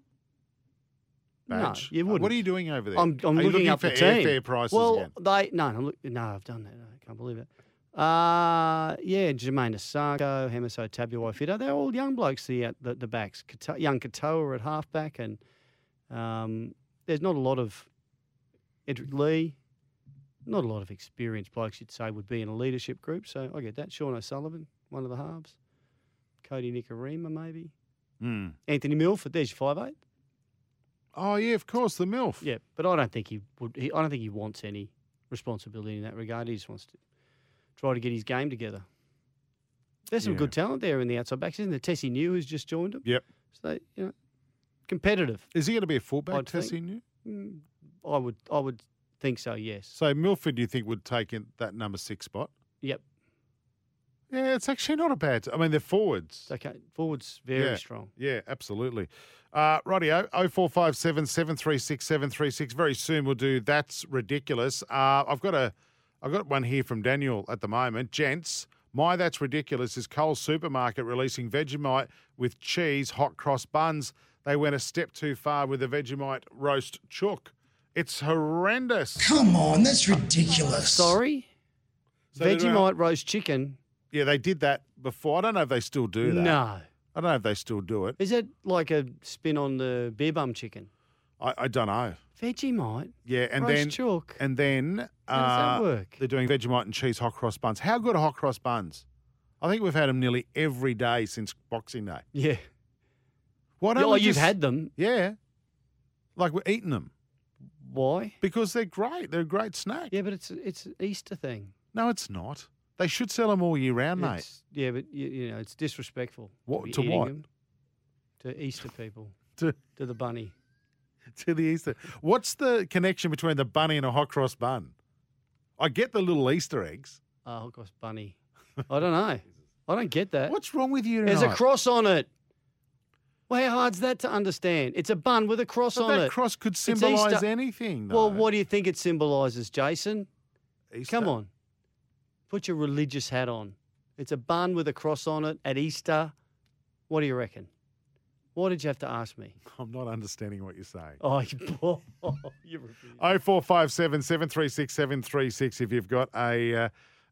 E: no,
D: Badge.
E: you
D: Uh,
E: wouldn't.
D: What are you doing over there?
E: I'm, I'm
D: Are you
E: looking, up
D: for
E: the team.
D: airfare prices
E: well,
D: again.
E: they no, I'm look, no, I've done that. I can't believe it. Uh, yeah, Jermaine Asako, Hemiso Tabuai Fido, they're all young blokes. The the, the backs, Kato, young Katoa at halfback, and um, there's not a lot of Edric Lee, not a lot of experienced blokes. You'd say would be in a leadership group. So I get that. Sean O'Sullivan, one of the halves, Cody Nicarima maybe,
D: Hmm.
E: Anthony Milford. There's your five eight.
D: Oh yeah, of course, the MILF.
E: Yeah, but I don't think he would. He, I don't think he wants any responsibility in that regard. He just wants to try to get his game together. There's some
D: Yeah.
E: good talent there in the outside backs, isn't there? Tessie New, who's just joined him.
D: Yep.
E: So they, you know, competitive.
D: Is he going to be a fullback,
E: I'd think.
D: Tessie New?
E: Mm, I would. I would think so. Yes.
D: So Milford, you think would take in that number six spot?
E: Yep.
D: Yeah, it's actually not a bad. I mean, they're forwards.
E: Okay. Forwards very
D: Yeah.
E: strong.
D: Yeah, absolutely. Uh, rightio, 0457 736 736. Very soon we'll do That's Ridiculous. Uh, I've got a, I've got one here from Daniel at the moment. Gents, My That's Ridiculous is Coles Supermarket releasing Vegemite with cheese hot cross buns. They went a step too far with the Vegemite roast chook. It's horrendous.
G: Come on, that's ridiculous.
E: Sorry?
D: they don't-
E: Vegemite roast chicken.
D: Yeah, they did that before. I don't know if they still do that.
E: No.
D: I don't know if they still do it.
E: Is it like a spin on the beer bum chicken?
D: I, I don't know.
E: Vegemite.
D: Yeah, and
E: Roast
D: then
E: chalk.
D: and then uh,
E: How does that work?
D: They're doing Vegemite and cheese hot cross buns. How good are hot cross buns? I think we've had them nearly every day since Boxing Day.
E: Yeah.
D: Why don't
E: Yeah,
D: we
E: like you've
D: just-
E: had them.
D: Yeah, like we're eating them
E: Why?
D: because they're great. They're a great snack.
E: Yeah, but it's it's an Easter thing.
D: No, it's not. They should sell them all year round, Uh, mate.
E: It's- yeah, but you, you know it's disrespectful.
D: What-
E: be
D: to
E: eating
D: what?
E: them to Easter people,
D: To
E: to the bunny.
D: to the Easter. What's the connection between the bunny and a hot cross bun? I get the little Easter eggs.
E: Oh gosh, bunny. I don't know. I don't get that.
D: What's wrong with you
E: There's a
D: tonight?
E: cross on it. Well, how hard's that to understand? It's a bun with a cross
D: But
E: on
D: that
E: it.
D: cross could
E: It's
D: symbolise
E: Easter.
D: anything,
E: Well,
D: though.
E: what do you think it symbolises, Jason?
D: Easter.
E: Come on, put your religious hat on. It's a bun with a cross on it at Easter. What do you reckon? Why did you have to ask me?
D: I'm not understanding what you're saying.
E: Oh, you, you
D: 0457 736 736 if you've got a uh,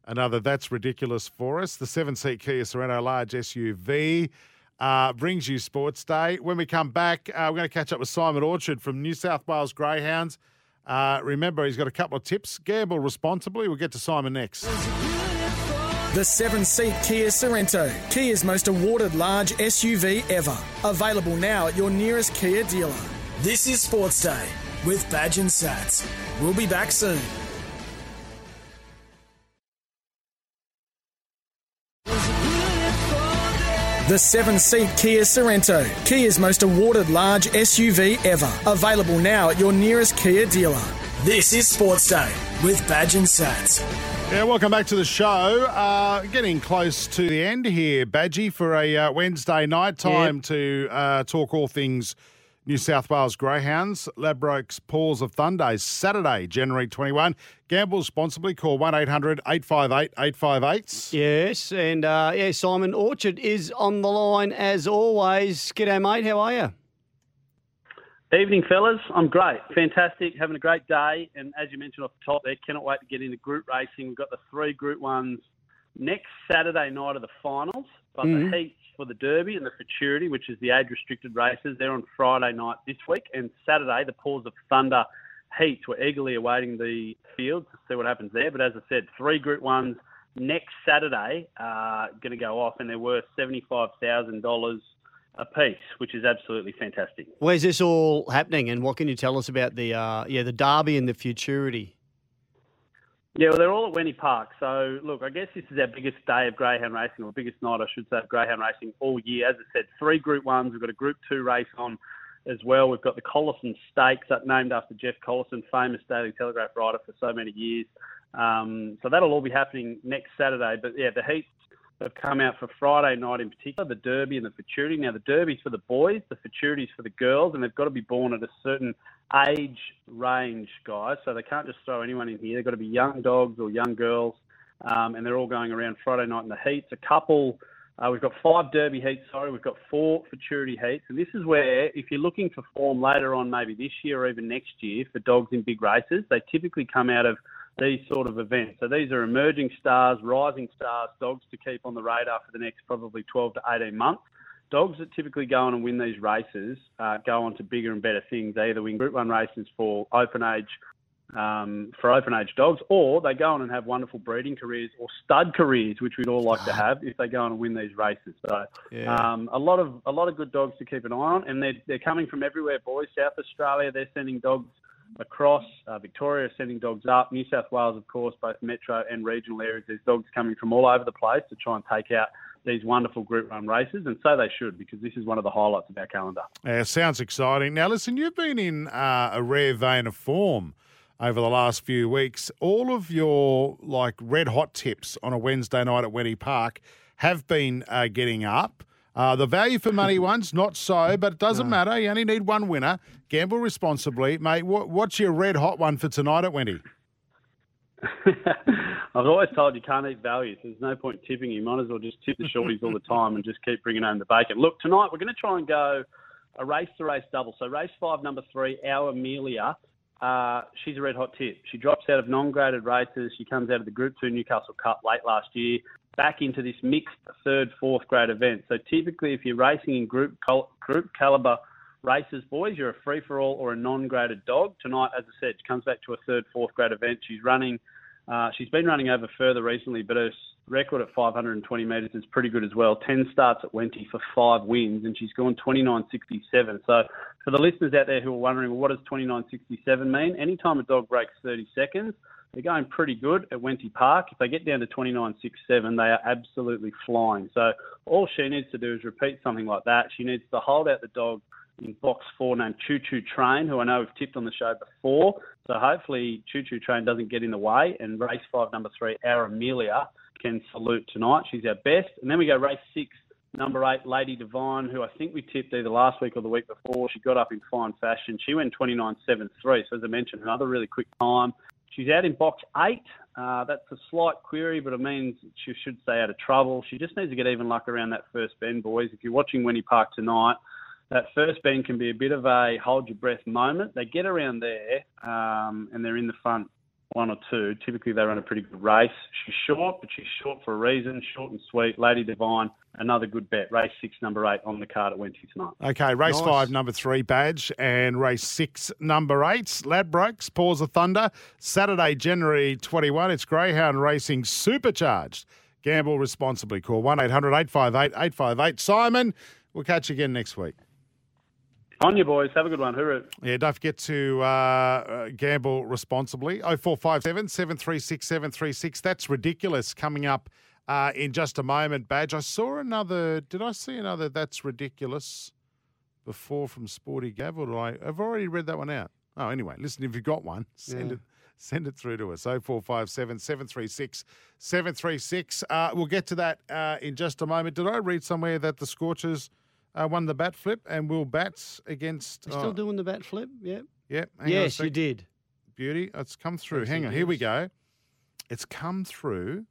D: another that's ridiculous for us the seven seat kia sorento large suv uh, brings you sports day when we come back uh, we're going to catch up with simon orchard from new south wales greyhounds uh, remember he's got a couple of tips gamble responsibly we'll get to simon next
C: The seven seat Kia Sorrento, Kia's most awarded large SUV ever. Available now at your nearest Kia dealer. This is Sports Day with Badge and Sats. We'll be back soon. The seven seat Kia Sorrento, Kia's most awarded large SUV ever. Available now at your nearest Kia dealer. This is Sports Day with Badge and Sats.
D: Yeah, welcome back to the show. Uh, getting close to the end here, Badgie, for a uh, Wednesday night time to uh, talk all things New South Wales Greyhounds. Ladbrokes Paws of Thunder is Saturday, January 21. Gamble responsibly. Call 1 800 858 858.
E: Yes, and uh, yeah, Simon Orchard is on the line as always. G'day, mate. How are you?
N: Evening, fellas. I'm great. Fantastic. Having a great day. And as you mentioned off the top there, cannot wait to get into group racing. We've got the three group ones next Saturday night of the finals, but
O: Mhm.
N: the heats for the Derby and the Futurity, which is the age restricted races, they're on Friday night this week. And Saturday, the Paws of Thunder heats. We're eagerly awaiting the field to see what happens there. But as I said, three group ones next Saturday are going to go off, and they're worth $75,000 a piece, which is absolutely fantastic.
E: Where's this all happening, and what can you tell us about the uh, yeah the Derby and the Futurity?
N: Yeah, well, they're all at Wenny Park. So, look, I guess this is our biggest day of greyhound racing, or biggest night, I should say, of greyhound racing all year. As I said, three Group Ones. We've got a Group Two race on as well. We've got the Collison Stakes, that named after Jeff Collison, famous Daily Telegraph writer for so many years. Um, so that'll all be happening next Saturday. But yeah, the heats have come out for Friday night in particular, the Derby and the Futurity. Now, the Derby's for the boys, the Futurity's for the girls, and they've got to be born at a certain age range, guys. So they can't just throw anyone in here. They've got to be young dogs or young girls, um, and they're all going around Friday night in the heats. A couple. Uh, we've got five Derby heats, sorry. We've got four Futurity heats. And this is where, if you're looking for form later on, maybe this year or even next year, for dogs in big races, they typically come out of these sort of events. So these are emerging stars, rising stars, dogs to keep on the radar for the next probably 12 to 18 months. Dogs that typically go on and win these races uh, go on to bigger and better things. They either win Group 1 races for open age um, for open age dogs, or they go on and have wonderful breeding careers or stud careers, which we'd all like to have if they go on and win these races. So,
P: Yeah.
N: um, a lot of a lot of good dogs to keep an eye on, and they're they're coming from everywhere. Boys, South Australia, they're sending dogs across. Uh, Victoria are sending dogs up. New South Wales, of course, both metro and regional areas. There's dogs coming from all over the place to try and take out these wonderful group run races, and so they should because this is one of the highlights of our calendar.
D: Yeah, Uh, sounds exciting. Now, listen, you've been in uh, a rare vein of form over the last few weeks. All of your like red hot tips on a Wednesday night at Wendy Park have been uh, getting up. Uh, the value for money ones, not so, but it doesn't matter. You only need one winner. Gamble responsibly, mate. What, what's your red hot one for tonight at Wendy?
N: I've always told you can't eat value. So there's no point tipping. You might as well just tip the shorties all the time and just keep bringing home the bacon. Look, tonight we're going to try and go a race to race double. So race five, number three, our Amelia. Uh, she's a red hot tip. She drops out of non-graded races. She comes out of the Group Two Newcastle Cup late last year, back into this mixed third, fourth grade event. So typically, if you're racing in group col- group caliber races, boys, you're a free for all or a non-graded dog. Tonight, as I said, she comes back to a third, fourth grade event. She's running. Uh, she's been running over further recently, but her s- record at 520 metres is pretty good as well. 10 starts at Wenty for five wins, and she's gone 29.67. So, for the listeners out there who are wondering, well, what does 29.67 mean? Anytime a dog breaks 30 seconds, they're going pretty good at Wenty Park. If they get down to 29.67, they are absolutely flying. So, all she needs to do is repeat something like that. She needs to hold out the dog in box four named Choo Choo Train, who I know we've tipped on the show before. So hopefully Choo Choo Train doesn't get in the way and race five, number three, our Amelia can salute tonight. She's our best. And then we go race six, number eight, Lady Divine, who I think we tipped either last week or the week before. She got up in fine fashion. She went 29.73. So as I mentioned, another really quick time. She's out in box eight. Uh, that's a slight query, but it means she should stay out of trouble. She just needs to get even luck around that first bend, boys. If you're watching Winnie Park tonight, that first bend can be a bit of a hold your breath moment. They get around there um, and they're in the front one or two. Typically, they run a pretty good race. She's short, but she's short for a reason. Short and sweet. Lady Divine, another good bet. Race six, number eight on the card at Wenty tonight.
D: Okay, race
N: Nice.
D: five, number three badge, and race six, number eight, Ladbrokes, Paws of Thunder, Saturday, January 21. It's Greyhound Racing Supercharged. Gamble responsibly. Call 1 800 858 858. Simon, we'll catch you again next week.
N: On you, boys. Have a good one. Hooroo.
D: Yeah, don't forget to uh, uh, gamble responsibly. 0457 736 736. That's ridiculous coming up uh, in just a moment, Badge. I saw another. Did I see another That's Ridiculous before from Sporty Gav? Or did I, I've already read that one out. Oh, anyway, listen, if you've got one, send
O: Yeah.
D: it. Send it through to us, 0457 736 736. Uh, we'll get to that uh, in just a moment. Did I read somewhere that the Scorchers uh, won the bat flip and will bats against.
E: You still
D: oh,
E: doing the bat flip? Yep.
D: Yep.
E: Yes, you did.
D: Beauty. It's come through.
E: Yes,
D: hang
E: it
D: on. Here we
E: is.
D: go. It's come through.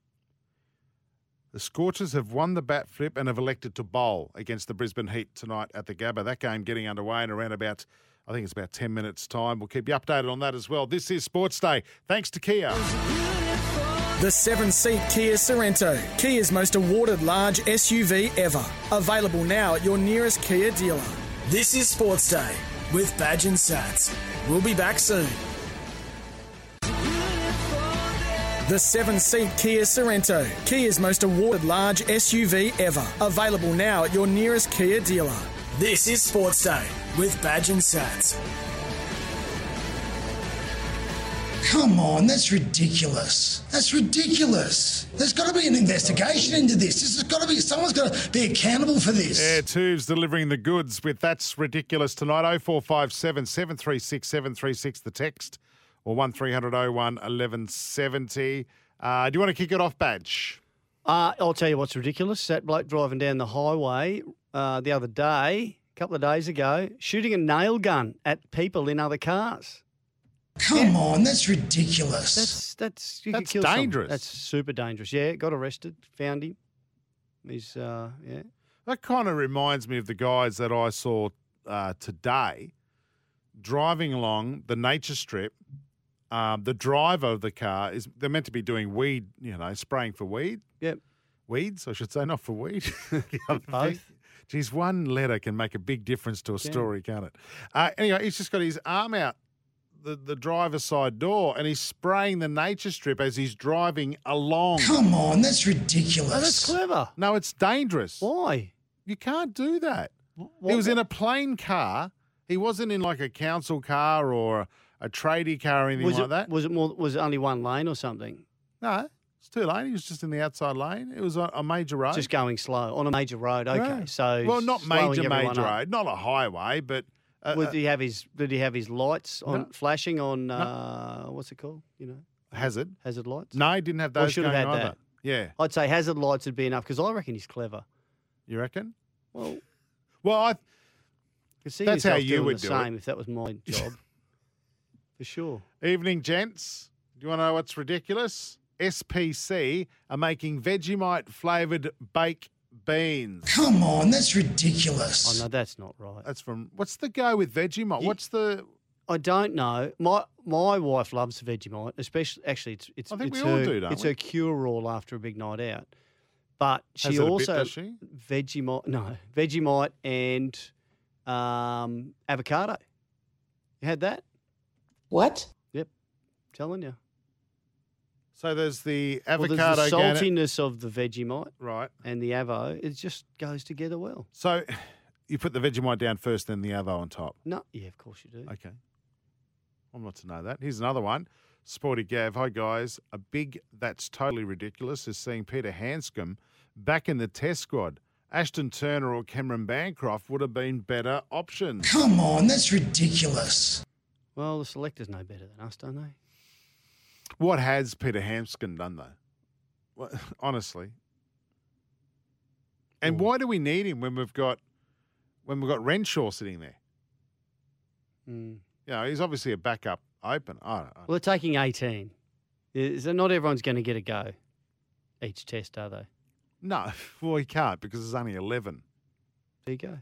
D: The Scorchers have won the bat flip and have elected to bowl against the Brisbane Heat tonight at the Gabba. That game getting underway in around about, I think it's about 10 minutes' time. We'll keep you updated on that as well. This is Sports Day. Thanks to Kia.
C: The seven seat Kia Sorrento, Kia's most awarded large SUV ever. Available now at your nearest Kia dealer. This is Sports Day with Badge and Sats. We'll be back soon. The seven seat Kia Sorrento, Kia's most awarded large SUV ever. Available now at your nearest Kia dealer. This is Sports Day with Badge and Sats.
G: Come on, that's ridiculous. That's ridiculous. There's got to be an investigation into this. This has got to be, someone's got to be accountable for this.
D: Yeah, Tubes delivering the goods with That's Ridiculous tonight. 0457 736 736, the text, or 1300 01 1170. Uh, do you want to kick it off, Badge?
E: Uh, I'll tell you what's ridiculous. That bloke driving down the highway uh, the other day, a couple of days ago, shooting a nail gun at people in other cars.
G: Come on, that's ridiculous.
E: That's that's you could
G: That's
E: kill someone.
G: dangerous.
E: That's super dangerous. Yeah, got arrested, found him. He's uh, yeah.
D: That kind of reminds me of the guys that I saw uh, today driving along the nature strip. Um, the driver of the car is they're meant to be doing weed, you know, spraying for weed.
E: Yep.
D: Weeds, I should say, not for weed. The other thing. Geez, one letter can make a big difference to a
O: Can.
D: story, can't it? Uh, anyway, he's just got his arm out the, the driver's side door and he's spraying the nature strip as he's driving along.
G: Come on, that's ridiculous.
D: No, that's
E: Oh, clever.
D: No, it's dangerous.
E: Why?
D: You can't do that. he was in a plain car. He wasn't in like a council car or a tradie car or anything
E: was
D: like
E: it,
D: that.
E: Was it more? Was it only one lane or something?
D: No, it's too late. He was just in the outside lane. It was on a major road.
E: Just going slow on a major road. Okay,
D: Yeah.
E: so
D: well, not
E: slowing
D: major
E: everyone
D: major
E: up.
D: road, not a highway, but uh,
E: Would
D: uh,
E: he have his? Did he have his lights on,
D: No.
E: flashing on? Uh, what's it called? You know,
D: hazard.
E: hazard lights.
D: No, he didn't have
E: Or
D: those.
E: should have
D: going
E: had
D: either.
E: that.
D: Yeah,
E: I'd say hazard lights would be enough because I reckon he's clever.
D: you reckon?
E: Well,
D: well, I
E: could see
D: that's how
E: yourself
D: you
E: doing
D: would do
E: the
D: it.
E: same if that was my job, for sure.
D: Evening, gents. Do you want to know what's ridiculous? SPC are making Vegemite flavoured baked beans.
G: Come on, that's ridiculous.
E: Oh no, that's not right.
D: That's from what's the go with Vegemite? What's the?
E: I don't know. My my wife loves Vegemite, especially actually it's it's
D: I think
E: it's
D: we all
E: her,
D: do, don't
E: it's
D: we?
E: her cure all after a big night out. But she
D: Has it a bit,
E: also
D: does she?
E: Vegemite no Vegemite and um, avocado. You had that?
O: What?
E: Yep, telling you.
D: So there's the
E: Well, there's
D: avocado.
E: the
D: going-
E: saltiness of the Vegemite,
D: right,
E: and the avo. It just goes together well.
D: So you put the Vegemite down first, then the avo on top.
E: No, yeah, of course you do.
D: Okay. I'm not to know that. Here's another one. Sporty Gav. Hi, guys. A big that's totally ridiculous is seeing Peter Hanscom back in the test squad. Ashton Turner or Cameron Bancroft would have been better options.
G: Come on, that's ridiculous.
E: Well, the selectors know better than us, don't they?
D: What has Peter Hanscom done, though? What, honestly. And why do we need him when we've got when we've got Renshaw sitting there?
E: Mm.
D: You know, he's obviously a backup open. I don't know.
E: Well, they're taking 18. Yeah, So not everyone's going to get a go each test, are they?
D: No, well, he can't because there's only 11.
E: There you go.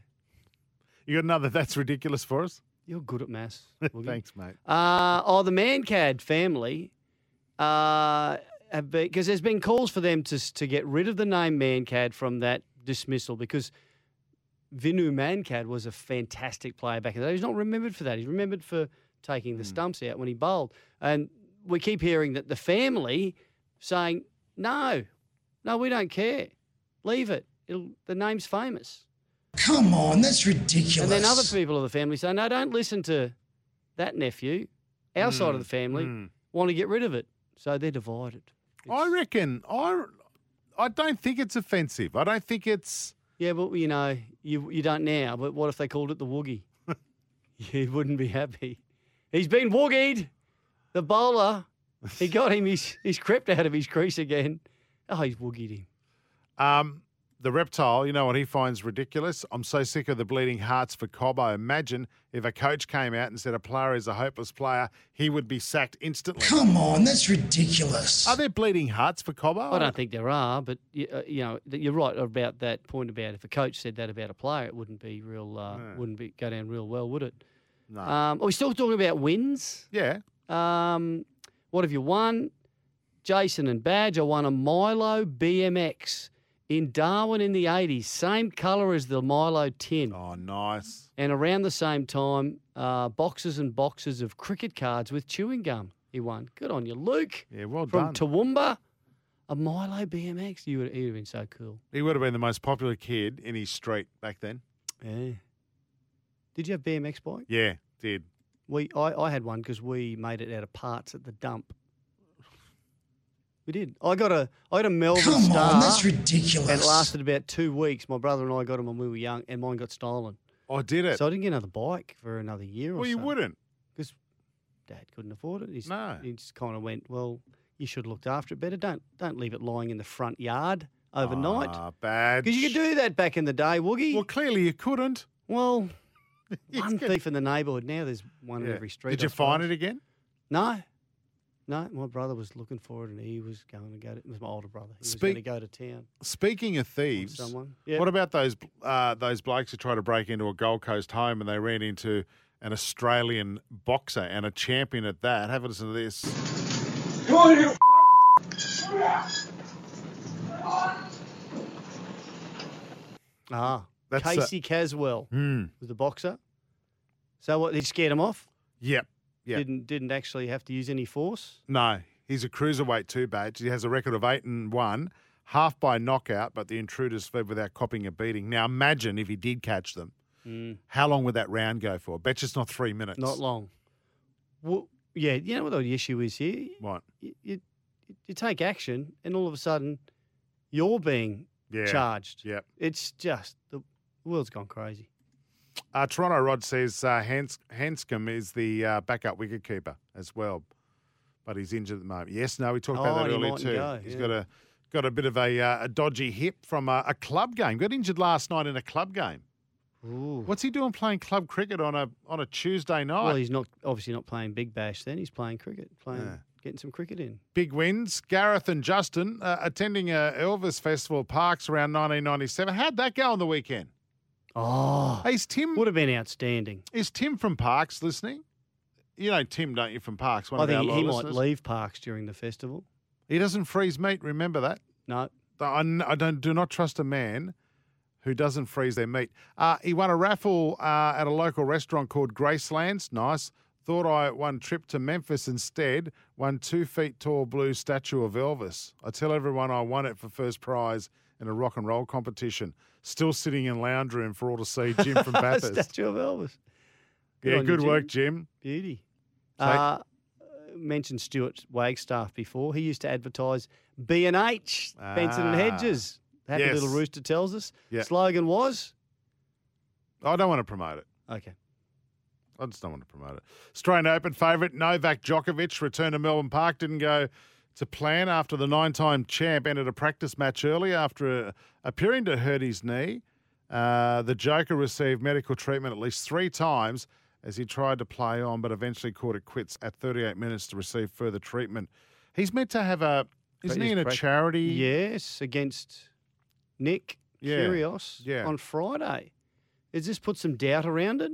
D: You got another that's ridiculous for us?
E: You're good at maths. Woogie.
D: Thanks, mate.
E: Uh, oh, the Mancad family uh, have been because there's been calls for them to s- to get rid of the name Mancad from that dismissal because Vinu Mancad was a fantastic player back in the day. He's not remembered for that. He's remembered for taking the stumps out when he bowled. And we keep hearing that the family saying, "No, no, we don't care. Leave it. It'll, the name's famous."
G: Come on, that's ridiculous.
E: And then other people of the family say, no, don't listen to that nephew. Our side
D: Mm,
E: of the family
D: mm.
E: want to get rid of it. So they're divided.
D: I reckon I I don't think it's offensive. I don't think it's
E: Yeah, but you know, you you don't now, but what if they called it the Woogie? you wouldn't be happy. He's been Woogied. The bowler. He got him. He's he's crept out of his crease again. Oh, he's Woogied him.
D: um the reptile, you know what he finds ridiculous? I'm so sick of the bleeding hearts for Cobbo. Imagine if a coach came out and said a player is a hopeless player, he would be sacked instantly.
G: Come on, that's ridiculous.
D: Are there bleeding hearts for Cobbo?
E: I don't think there are, but you, uh, you know th- you're right about that point about if a coach said that about a player, it wouldn't be real, uh, wouldn't be go down real well, would it?
D: No.
E: Um, are we still talking about wins?
D: Yeah.
E: Um, what have you won? Jason and Badge, I won a Milo BMX in Darwin in the 80s, same colour as the Milo tin.
D: Oh, nice.
E: And around the same time, uh, boxes and boxes of cricket cards with chewing gum he won. Good on you, Luke.
D: Yeah, well
E: From
D: done.
E: Toowoomba, a Milo BMX. You would, you would have been so cool.
D: He would have been the most popular kid in his street back then.
E: Yeah. Did you have BMX bike?
D: Yeah, did.
E: We, I, I had one because we made it out of parts at the dump. We did. I got a, I got a Melbourne
G: Come
E: Star.
G: on, that's ridiculous.
E: And it lasted about two weeks. My brother and I got them when we were young, and mine got stolen.
D: I Oh, did it.
E: So I didn't get another bike for another year. Or
D: well, you
E: so.
D: wouldn't.
E: because Dad couldn't afford it. He's, He just kind of went, well, you should have looked after it better. Don't don't leave it lying in the front yard overnight.
D: Ah, bad.
E: Because you could do that back in the day, Woogie. Well,
D: clearly you couldn't.
E: Well, one thief in the neighbourhood. Now there's one in
D: Yeah.
E: every street.
D: Did
E: I
D: you find
E: suppose.
D: it again?
E: No. No, my brother was looking for it and he was going to go to, it was my older brother. He was going to
D: Speak-
E: go to town.
D: Speaking of thieves,
E: someone. Yep.
D: what about those uh, those blokes who tried to break into a Gold Coast home and they ran into an Australian boxer and a champion at that? Have a listen to this.
B: Come on, you.
E: Ah,
D: That's uh, a-
E: Casey Caswell
D: Hmm.
E: was the boxer. So what? They scared him off.
D: Yep. Yep.
E: Didn't didn't actually have to use any force.
D: No, he's a cruiserweight too badge. He has a record of eight and one, half by knockout, but the intruders fled without copping a beating. Now imagine if he did catch them. How long would that round go for? Bet you it's not three minutes.
E: Mm. Not long. Well, yeah, you know what the issue is here.
D: What?
E: You, you, you take action, and all of a sudden, you're being
D: Yeah.
E: charged.
D: Yep.
E: It's just the world's gone crazy.
D: Uh, Toronto Rod says uh, Hans- Hanscom is the uh, backup wicketkeeper as well, but he's injured at the moment. Yes, no, we talked
E: Oh,
D: about that
E: and he
D: earlier
E: mightn't
D: too.
E: go,
D: He's
E: yeah.
D: got a got a bit of a, uh, a dodgy hip from a, a club game. Got injured last night in a club game.
E: Ooh.
D: What's he doing playing club cricket on a on a Tuesday night?
E: Well, he's not obviously not playing big bash. Then he's playing cricket, playing
D: Yeah.
E: getting some cricket in.
D: Big wins. Gareth and Justin uh, attending a Elvis Festival Parks around 1997. How'd that go on the weekend?
E: Oh,
D: Hey, is Tim
E: would have been outstanding.
D: is Tim from Parks listening? You know Tim, don't you? From Parks, one
E: I
D: of our
E: think he
D: loyal
E: might
D: listeners.
E: leave Parks during the festival.
D: He doesn't freeze meat. Remember that.
E: No.
D: I, I don't do not trust a man who doesn't freeze their meat. Uh, he won a raffle uh, at a local restaurant called Gracelands. Nice. Thought I won trip to Memphis instead. Won two feet tall blue statue of Elvis. I tell everyone I won it for first prize in a rock and roll competition. Still sitting in lounge room for all to see. Jim from Bathurst.
E: Statue of Elvis.
D: yeah,
E: on you,
D: good work, Jim.
E: Beauty.
D: So-
E: Uh, mentioned Stuart Wagstaff before. He used to advertise B and H, Benson and
D: Ah,
E: Hedges. Happy
D: yes.
E: little rooster tells us.
D: Yeah.
E: Slogan was
D: I don't want to promote it.
E: okay.
D: I just don't want to promote it. Australian Open favourite Novak Djokovic returned to Melbourne Park. Didn't go to plan after the nine-time champ entered a practice match early after uh, appearing to hurt his knee. Uh, the Joker received medical treatment at least three times as he tried to play on, but eventually called it quits at 38 minutes to receive further treatment. He's meant to have a, isn't he in a
E: Prac-
D: charity?
E: Yes, against Nick
D: Yeah.
E: Kyrgios
D: Yeah.
E: on Friday. Has this put some doubt around it?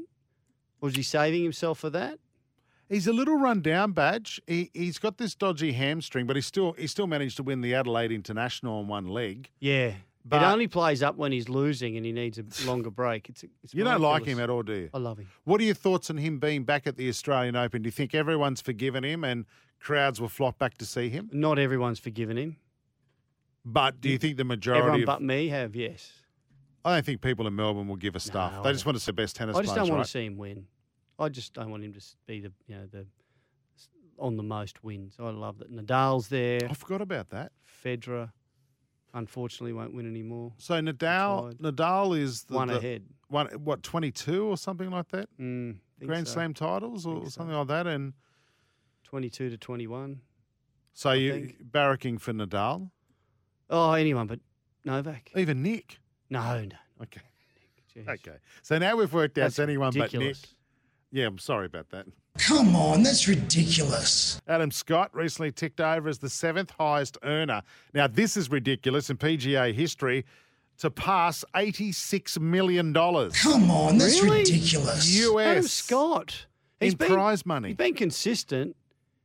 E: Or is he saving himself for that?
D: He's a little run down, Badge. He, he's got this dodgy hamstring, but he still he still managed to win the Adelaide International on one leg.
E: Yeah.
D: But-
E: it only plays up when he's losing and he needs a longer break. It's, it's
D: You don't like
E: miraculous.
D: him at all, do you?
E: I love him.
D: What are your thoughts on him being back at the Australian Open? Do you think everyone's forgiven him and crowds will flock back to see him?
E: Not everyone's forgiven him.
D: But do you think the majority
E: Everyone
D: of
E: but me have, yes.
D: I don't think people in Melbourne will give a stuff.
E: No,
D: Oh, they
E: I
D: just want to see the best tennis
E: I just
D: players,
E: don't want
D: right?
E: to see him win. I just don't want him to s- be the you know the s- on the most wins. I love that Nadal's there.
D: I forgot about that.
E: Federer, unfortunately, won't win anymore.
D: So Nadal Nadal is the,
E: One
D: the-
E: ahead.
D: One what, twenty two or something like that?
E: Mm, think
D: Grand
E: so.
D: Slam titles or something like that and
E: Twenty-two to twenty-one.
D: so you
E: think.
D: barracking for Nadal?
E: Oh, anyone but Novak.
D: Oh, Even Nick.
E: No, no.
D: Okay.
E: Jeez.
D: Okay. So now we've worked out
E: That's
D: it's anyone
E: ridiculous.
D: but Nick. Yeah, I'm sorry about that.
G: Come on, that's ridiculous.
D: Adam Scott recently ticked over as the seventh highest earner. Now, this is ridiculous in PGA history to pass $86 million.
G: Come on, Oh, that's
E: Really?
G: ridiculous.
D: US.
E: Adam Scott. He's
D: In prize money.
E: He's been consistent.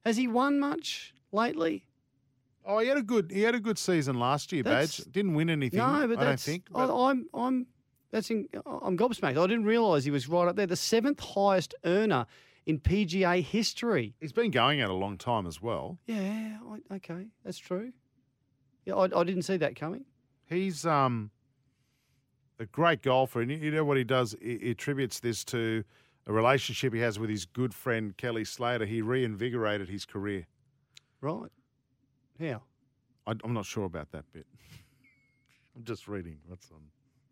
E: Has he won much lately?
D: Oh, he had a good he had a good season last year,
E: That's-
D: Badge. Didn't win anything.
E: No, but
D: I don't
E: that's,
D: think.
E: I, I'm I'm that's in, I'm gobsmacked. I didn't realise he was right up there, the seventh highest earner in PGA history.
D: He's been going at a long time as well.
E: Yeah, I, okay, that's true. Yeah, I, I didn't see that coming.
D: He's um a great golfer, and you- you know what he does? He he attributes this to a relationship he has with his good friend Kelly Slater. He reinvigorated his career.
E: Right? How?
D: I, I'm not sure about that bit. I'm just reading what's on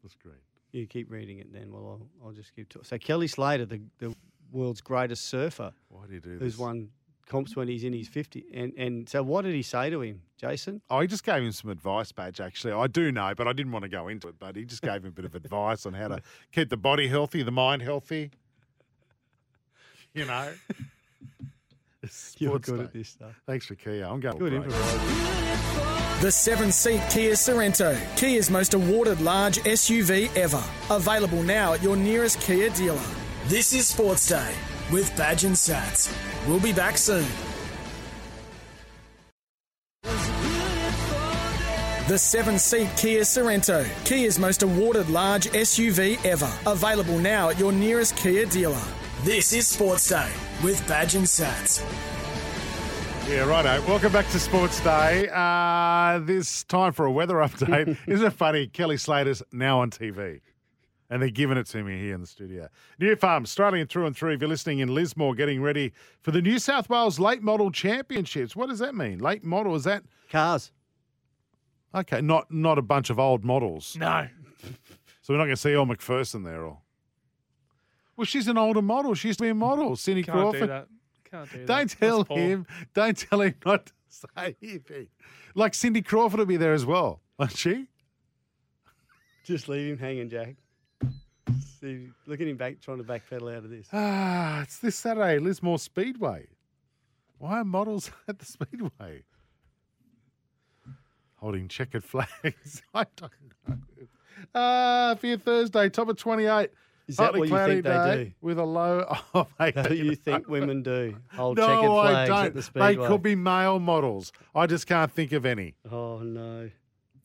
D: the screen.
E: You keep reading it then. Well, I'll, I'll just keep talking. So Kelly Slater, the, the world's greatest surfer,
D: Why do you do
E: who's
D: this?
E: won comps when he's in his 50. And, and so what did he say to him, Jason?
D: Oh, he just gave him some advice, Badge, actually. I do know, but I didn't want to go into it. But he just gave him a bit of advice on how to keep the body healthy, the mind healthy. You know? It's
E: You're
D: Sports
E: good at
D: Day.
E: this stuff.
D: Thanks for Kia. I'm going
E: Good
D: to a break.
C: The seven seat Kia Sorrento, Kia's most awarded large SUV ever. Available now at your nearest Kia dealer. This is Sports Day with Badge and Sats. We'll be back soon. The seven seat Kia Sorrento, Kia's most awarded large SUV ever. Available now at your nearest Kia dealer. This is Sports Day with Badge and Sats.
D: Yeah, righto. Welcome back to Sports Day. Uh, this time for a weather update. Isn't it funny? Kelly Slater's now on TV. And they're giving it to me here in the studio. New Farm, Australian through and through. If you're listening in Lismore, getting ready for the New South Wales Late Model Championships. What does that mean? Late model, is that
E: Cars.
D: Okay, not not a bunch of old models.
E: No.
D: So we're not going to see Elle McPherson there, or well, she's an older model. She used to be a model. Cindy
O: Can't
D: Crawford.
O: do that. Can't do that.
D: Don't
O: That's
D: tell
O: poor.
D: him. Don't tell him not to say hippie. Like Cindy Crawford will be there as well, won't she?
E: Just leave him hanging, Jack. See, look at him back, trying to backpedal out of this.
D: Ah, it's this Saturday, Lismore Speedway. Why are models at the speedway holding checkered flags? I don't know. Uh, for your Thursday, top of 28.
E: Is that
D: partly
E: what you
D: cloudy
E: think they
D: day
E: do?
D: With a low
O: Oh,
D: of
E: That's what
D: 18.
E: you think women do? Hold
D: no,
E: checkered
D: I
E: flags
D: don't.
E: at the
D: they
E: speedway.
D: could be male models. I just can't think of any.
E: Oh no,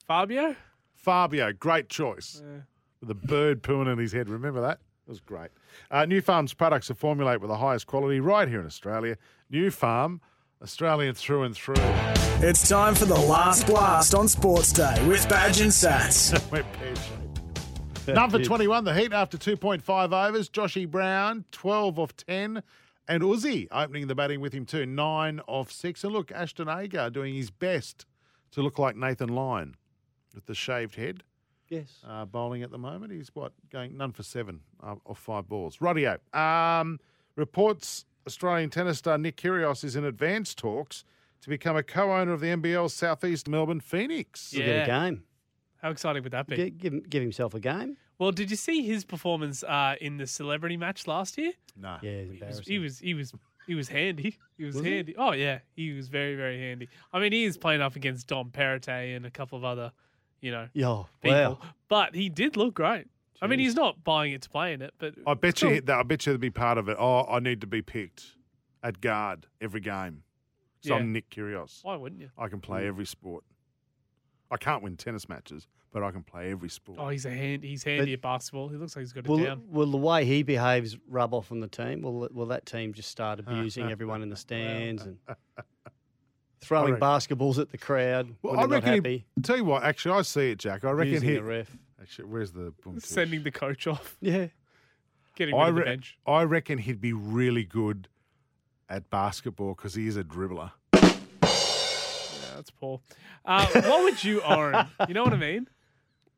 O: Fabio.
D: Fabio, great choice. With the bird pooing in his head. Remember that? It was great. Uh, New Farm's products are formulated with the highest quality right here in Australia. New Farm, Australian through and through.
C: It's time for the last blast on Sports Day with Badge and Sats.
D: We're Number 21, the Heat after 2.5 overs. Joshy Brown, 12 off 10. And Uzi opening the batting with him too, 9 off 6. And look, Ashton Agar doing his best to look like Nathan Lyon with the shaved head.
E: Yes.
D: Uh, bowling at the moment. He's what? Going none for 7 uh, off 5 balls. Rightio. Um, reports Australian tennis star Nick Kyrgios is in advance talks to become a co-owner of the NBL Southeast Melbourne Phoenix.
E: We'll get a game.
O: How exciting would that be?
E: Give, give, him- give himself a game.
O: Well, did you see his performance uh, in the celebrity match last year?
D: No.
E: Yeah,
O: He was, he was he was he was handy. He was,
E: Was he?
O: handy. Oh yeah, he was very very handy. I mean, he is playing up against Dom Perrottet and a couple of other, you know,
E: Yo,
O: people.
E: wow.
O: But he did look great. I mean,
E: Jeez.
O: he's not buying it to play in it, but
D: I bet
O: Cool.
D: you that. I bet you it'd be part of it. Oh, I need to be picked at guard every game. So
O: Yeah.
D: I'm Nick Kyrgios.
O: why wouldn't you?
D: I can play
O: Mm.
D: every sport. I can't win tennis matches, but I can play every sport.
O: Oh, he's a hand. He's handy at basketball. He looks like he's got it
E: Will,
O: down.
E: will the way he behaves rub off on the team? Will will that team just start abusing everyone in the stands and throwing
D: reckon-
E: basketballs at the crowd?
D: well,
E: when
D: I
E: they're not
D: reckon.
E: happy?
D: He, tell you what, actually, I see it, Jack. I reckon
E: Using
D: he.
E: the ref.
D: Actually, where's the? boom tooth?
O: Sending the coach off.
E: Yeah.
O: Getting rid
D: I,
O: of the
D: re-
O: bench.
D: I reckon he'd be really good at basketball because he is a dribbler.
O: Yeah, that's poor. Uh, what would you own? You know what I mean?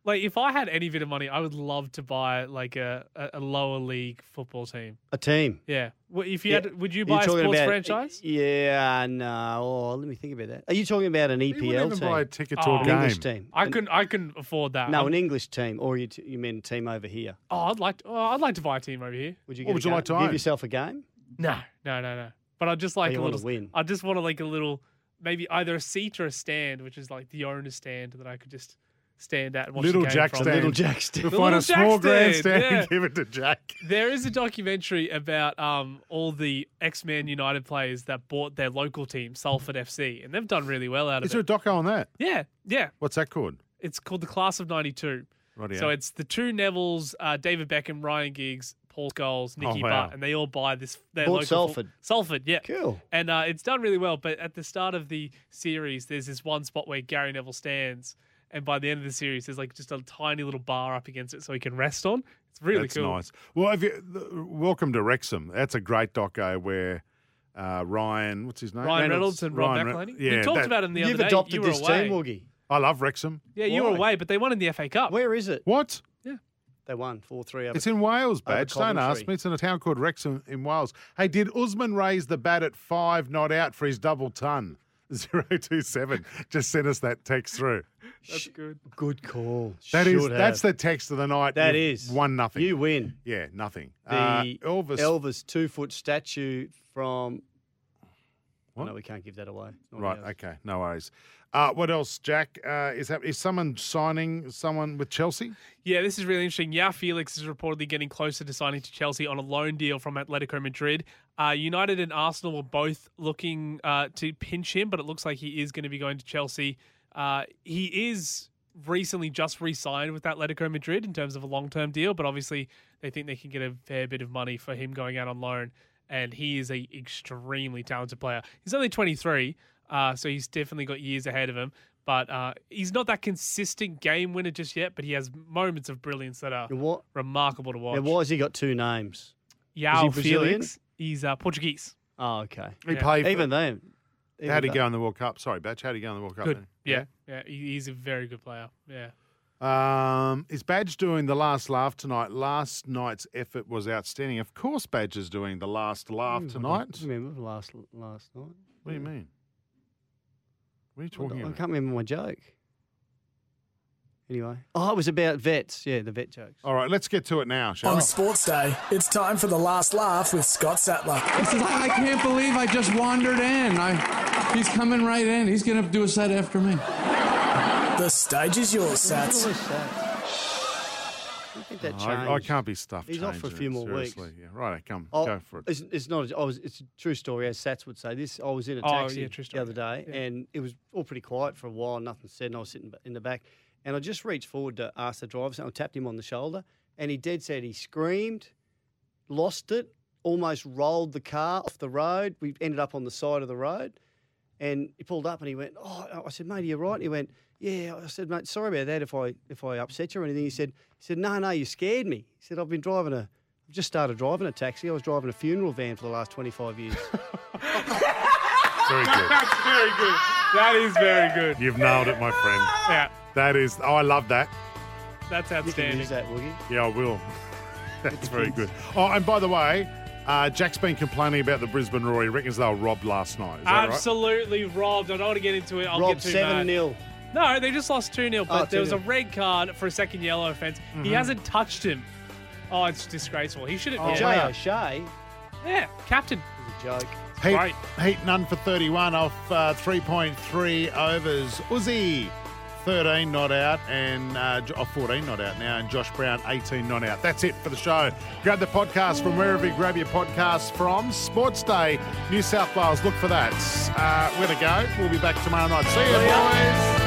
O: Like, if I had any bit of money, I would love to buy like a, a, a lower league football team.
E: A team.
O: Yeah. Well, if you
E: Yeah.
O: had, would you
E: Are
O: buy a
E: talking
O: sports
E: about-
O: franchise?
E: Yeah, no. Oh, let me think about that. Are you talking about an EPL
D: even
E: team?
D: buy a ticket to a
E: an English
D: game.
E: team.
O: Oh, I
E: An-
O: couldn't. I couldn't afford that.
E: No,
O: I'm-
E: an English team, or you t- you mean a team over here?
O: oh, I'd like. To, oh, I'd like to buy a team over here.
E: Would you?
O: What
E: get a
O: would you
E: ga-
O: like to
E: give
O: own?
E: yourself a game?
O: No, no, no, no. But I just like
E: you
O: a
E: wanna
O: little.
E: win.
O: I just want to like a little, maybe either a seat or a stand, which is like the owner's stand that I could just stand at. And watch the
D: Little
O: game
D: Jack
O: from.
D: stand. We'll
O: The
D: find
O: little
D: a small
O: Jack
D: grandstand
O: yeah.
D: and give it to Jack.
O: There is a documentary about um, all the X Men United players that bought their local team, Salford FC, and they've done really well out of
D: Is there a
O: it.
D: doco on that?
O: yeah, yeah.
D: What's that called?
O: It's called The Class of 92.
D: Rightio.
O: So it's the two Nevilles, uh, David Beckham, Ryan Giggs, Paul Scholes,
D: Oh,
O: Nicky
D: wow.
O: Butt, and they all buy this. Their
E: Bought
O: local
E: Salford.
O: Salford, yeah.
E: Cool.
O: And uh, it's done really well. But at the start of the series, there's this one spot where Gary Neville stands. And by the end of the series, there's like just a tiny little bar up against it so he can rest on. It's really
D: That's
O: cool.
D: nice. Well, if you, the, welcome to Wrexham. That's a great doco where uh, Ryan, what's his name?
O: Ryan Reynolds and Rob
D: Ryan Re-
O: McElhaney.
D: Yeah,
O: we talked
D: that-
O: about him the other day. you were away.
E: Woogie.
D: I love Wrexham.
O: Yeah, you were
E: Why?
O: away, but they won in the FA Cup.
E: Where is it?
D: What?
E: They won four three.
D: It's in Wales,
E: over
D: badge. Don't ask
E: Coventry.
D: me. It's in a town called Wrexham in Wales. Hey, did Usman raise the bat at five not out for his double ton? 027. Just sent us that text through.
O: That's good.
E: Good call.
D: That is
E: Should
D: that's
E: have.
D: the text of the night.
E: That
D: That
E: is.
D: is one nothing.
E: You win.
D: yeah, nothing.
E: the
D: Uh,
E: Elvis Elvis two foot statue from.
D: What?
E: No, we can't give that away. It's not
D: Right.
E: ours.
D: Okay. No worries. Uh, what else, Jack? Uh, is that is someone signing someone with Chelsea?
O: Yeah, this is really interesting. Yeah, Felix is reportedly getting closer to signing to Chelsea on a loan deal from Atletico Madrid. Uh, United and Arsenal were both looking uh, to pinch him, but it looks like he is going to be going to Chelsea. Uh, he is recently just re-signed with Atletico Madrid in terms of a long-term deal, but obviously they think they can get a fair bit of money for him going out on loan. And he is a extremely talented player. He's only 23, uh, so he's definitely got years ahead of him. But uh, he's not that consistent game winner just yet. But he has moments of brilliance that are
E: What?
O: remarkable to watch.
E: And why has he got two names?
O: Joao
E: Is he Brazilian?
O: Felix. He's uh, Portuguese.
E: Oh, okay.
D: He played for-
E: Even then. even
D: How'd he
E: though-
D: go in the World Cup? Sorry, Badge. How'd he go in the World Cup?
O: Good.
D: then?
O: Yeah. Yeah. He He's a very good player. Yeah.
D: Um, is Badge doing the last laugh tonight? Last night's effort was outstanding. Of course, Badge is doing the last laugh
O: Mm,
E: Remember
D: tonight.
E: the- Remember last last night?
D: What do you mean? What are you
E: What the-
D: talking
E: I
D: about?
E: can't remember my joke. Anyway. Oh, it was about vets. Yeah, the vet jokes.
D: All right, let's get to it now, shall
C: On
D: we?
C: Sports Day, it's time for the last laugh with Scott Sattler.
P: I can't believe I just wandered in. I, he's coming right in. He's going to do a set after me.
C: The stage is yours, Sats.
E: I think that
D: Oh,
E: changed.
D: I, I can't be stuffed.
E: He's off for a few more weeks.
D: Yeah, right. Come
E: Oh,
D: go for it.
E: It's, it's not. I was. It's a true story, as Sats would say. This. I was in a
O: Oh,
E: taxi
O: yeah, true
E: the other day, and it was all pretty quiet for a while. Nothing said, and I was sitting ba- in the back, and I just reached forward to ask the driver. something, I tapped him on the shoulder, and he dead said he screamed, lost it, almost rolled the car off the road. We ended up on the side of the road, and he pulled up and he went, "Oh," I said, "Mate, are you right?" And he went, "Yeah." I said, "Mate, sorry about that. If I if I upset you or anything," he said, "He said, no, no, you scared me." He said, "I've been driving a, I've just started driving a taxi. I was driving a funeral van for the last twenty five years."
D: Very good.
O: That's very good. That is very good.
D: You've nailed it, my friend.
O: Yeah.
D: That is. Oh, I love that.
O: That's outstanding.
E: use that, Woogie.
D: Yeah, I will. That's very good. Oh, and by the way, uh, Jack's been complaining about the Brisbane Roar. He reckons they were robbed last night. Is that right?
O: Absolutely robbed. I don't want to get into it. I'll
E: Robbed
O: get too
E: seven
O: mad.
E: 0
O: No, they just lost 2 0, but
E: Oh,
O: there was a
E: 2-0.
O: red card for a second yellow offense. He
E: Mhm.
O: hasn't touched him. Oh, it's disgraceful. He should have.
E: Oh, Jay
O: yeah.
E: O'Shea.
O: yeah, captain.
E: It was a joke.
D: Heat, Heat none for 31 off uh, 3.3 overs. Uzi, 13 not out and uh, Jo- oh, 14 not out now, and Josh Brown, 18 not out. That's it for the show. Grab the podcast from wherever you grab your podcast from. Sports Day, New South Wales. Look for that. Uh, we're going to go. We'll be back tomorrow night. See you, boys.